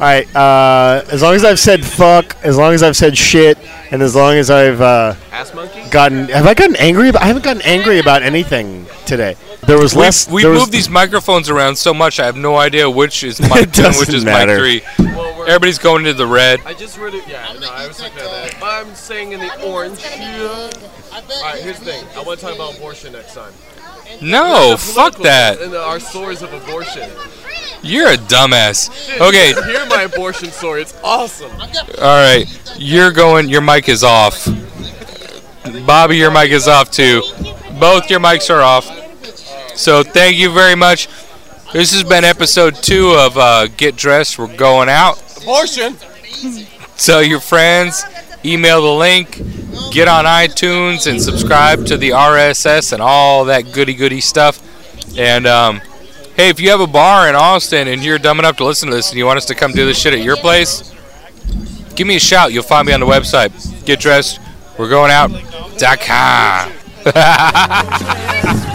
S3: All right. Uh, as long as I've said fuck, as long as I've said shit, and as long as I've uh,
S9: ass monkey.
S3: gotten, have I gotten angry? About, I haven't gotten angry about anything today. There was
S1: We,
S3: less.
S1: we
S3: there was-
S1: moved these microphones around so much, I have no idea which is mic one, which
S3: doesn't
S1: is
S3: matter.
S1: mic three. Everybody's going into the red.
S9: I just really, yeah, no, I was looking at that. I'm saying in the orange. All right, here's the thing. I want to talk about abortion next time.
S1: No, Oh, fuck
S9: Political
S1: that.
S9: And our stories of abortion.
S1: You're a dumbass. Okay, all
S9: Hear my abortion story. It's awesome.
S1: right. You're going, your mic is off. Bobby, your mic is off too. Both your mics are off. So thank you very much. This has been episode two of uh, Get Dressed. We're going out.
S9: Abortion.
S1: Tell your friends. Email the link. Get on iTunes and subscribe to the RSS and all that goody goody stuff. And um, hey, if you have a bar in Austin and you're dumb enough to listen to this and you want us to come do this shit at your place, give me a shout. You'll find me on the website. Get dressed. We're going out. Dot com.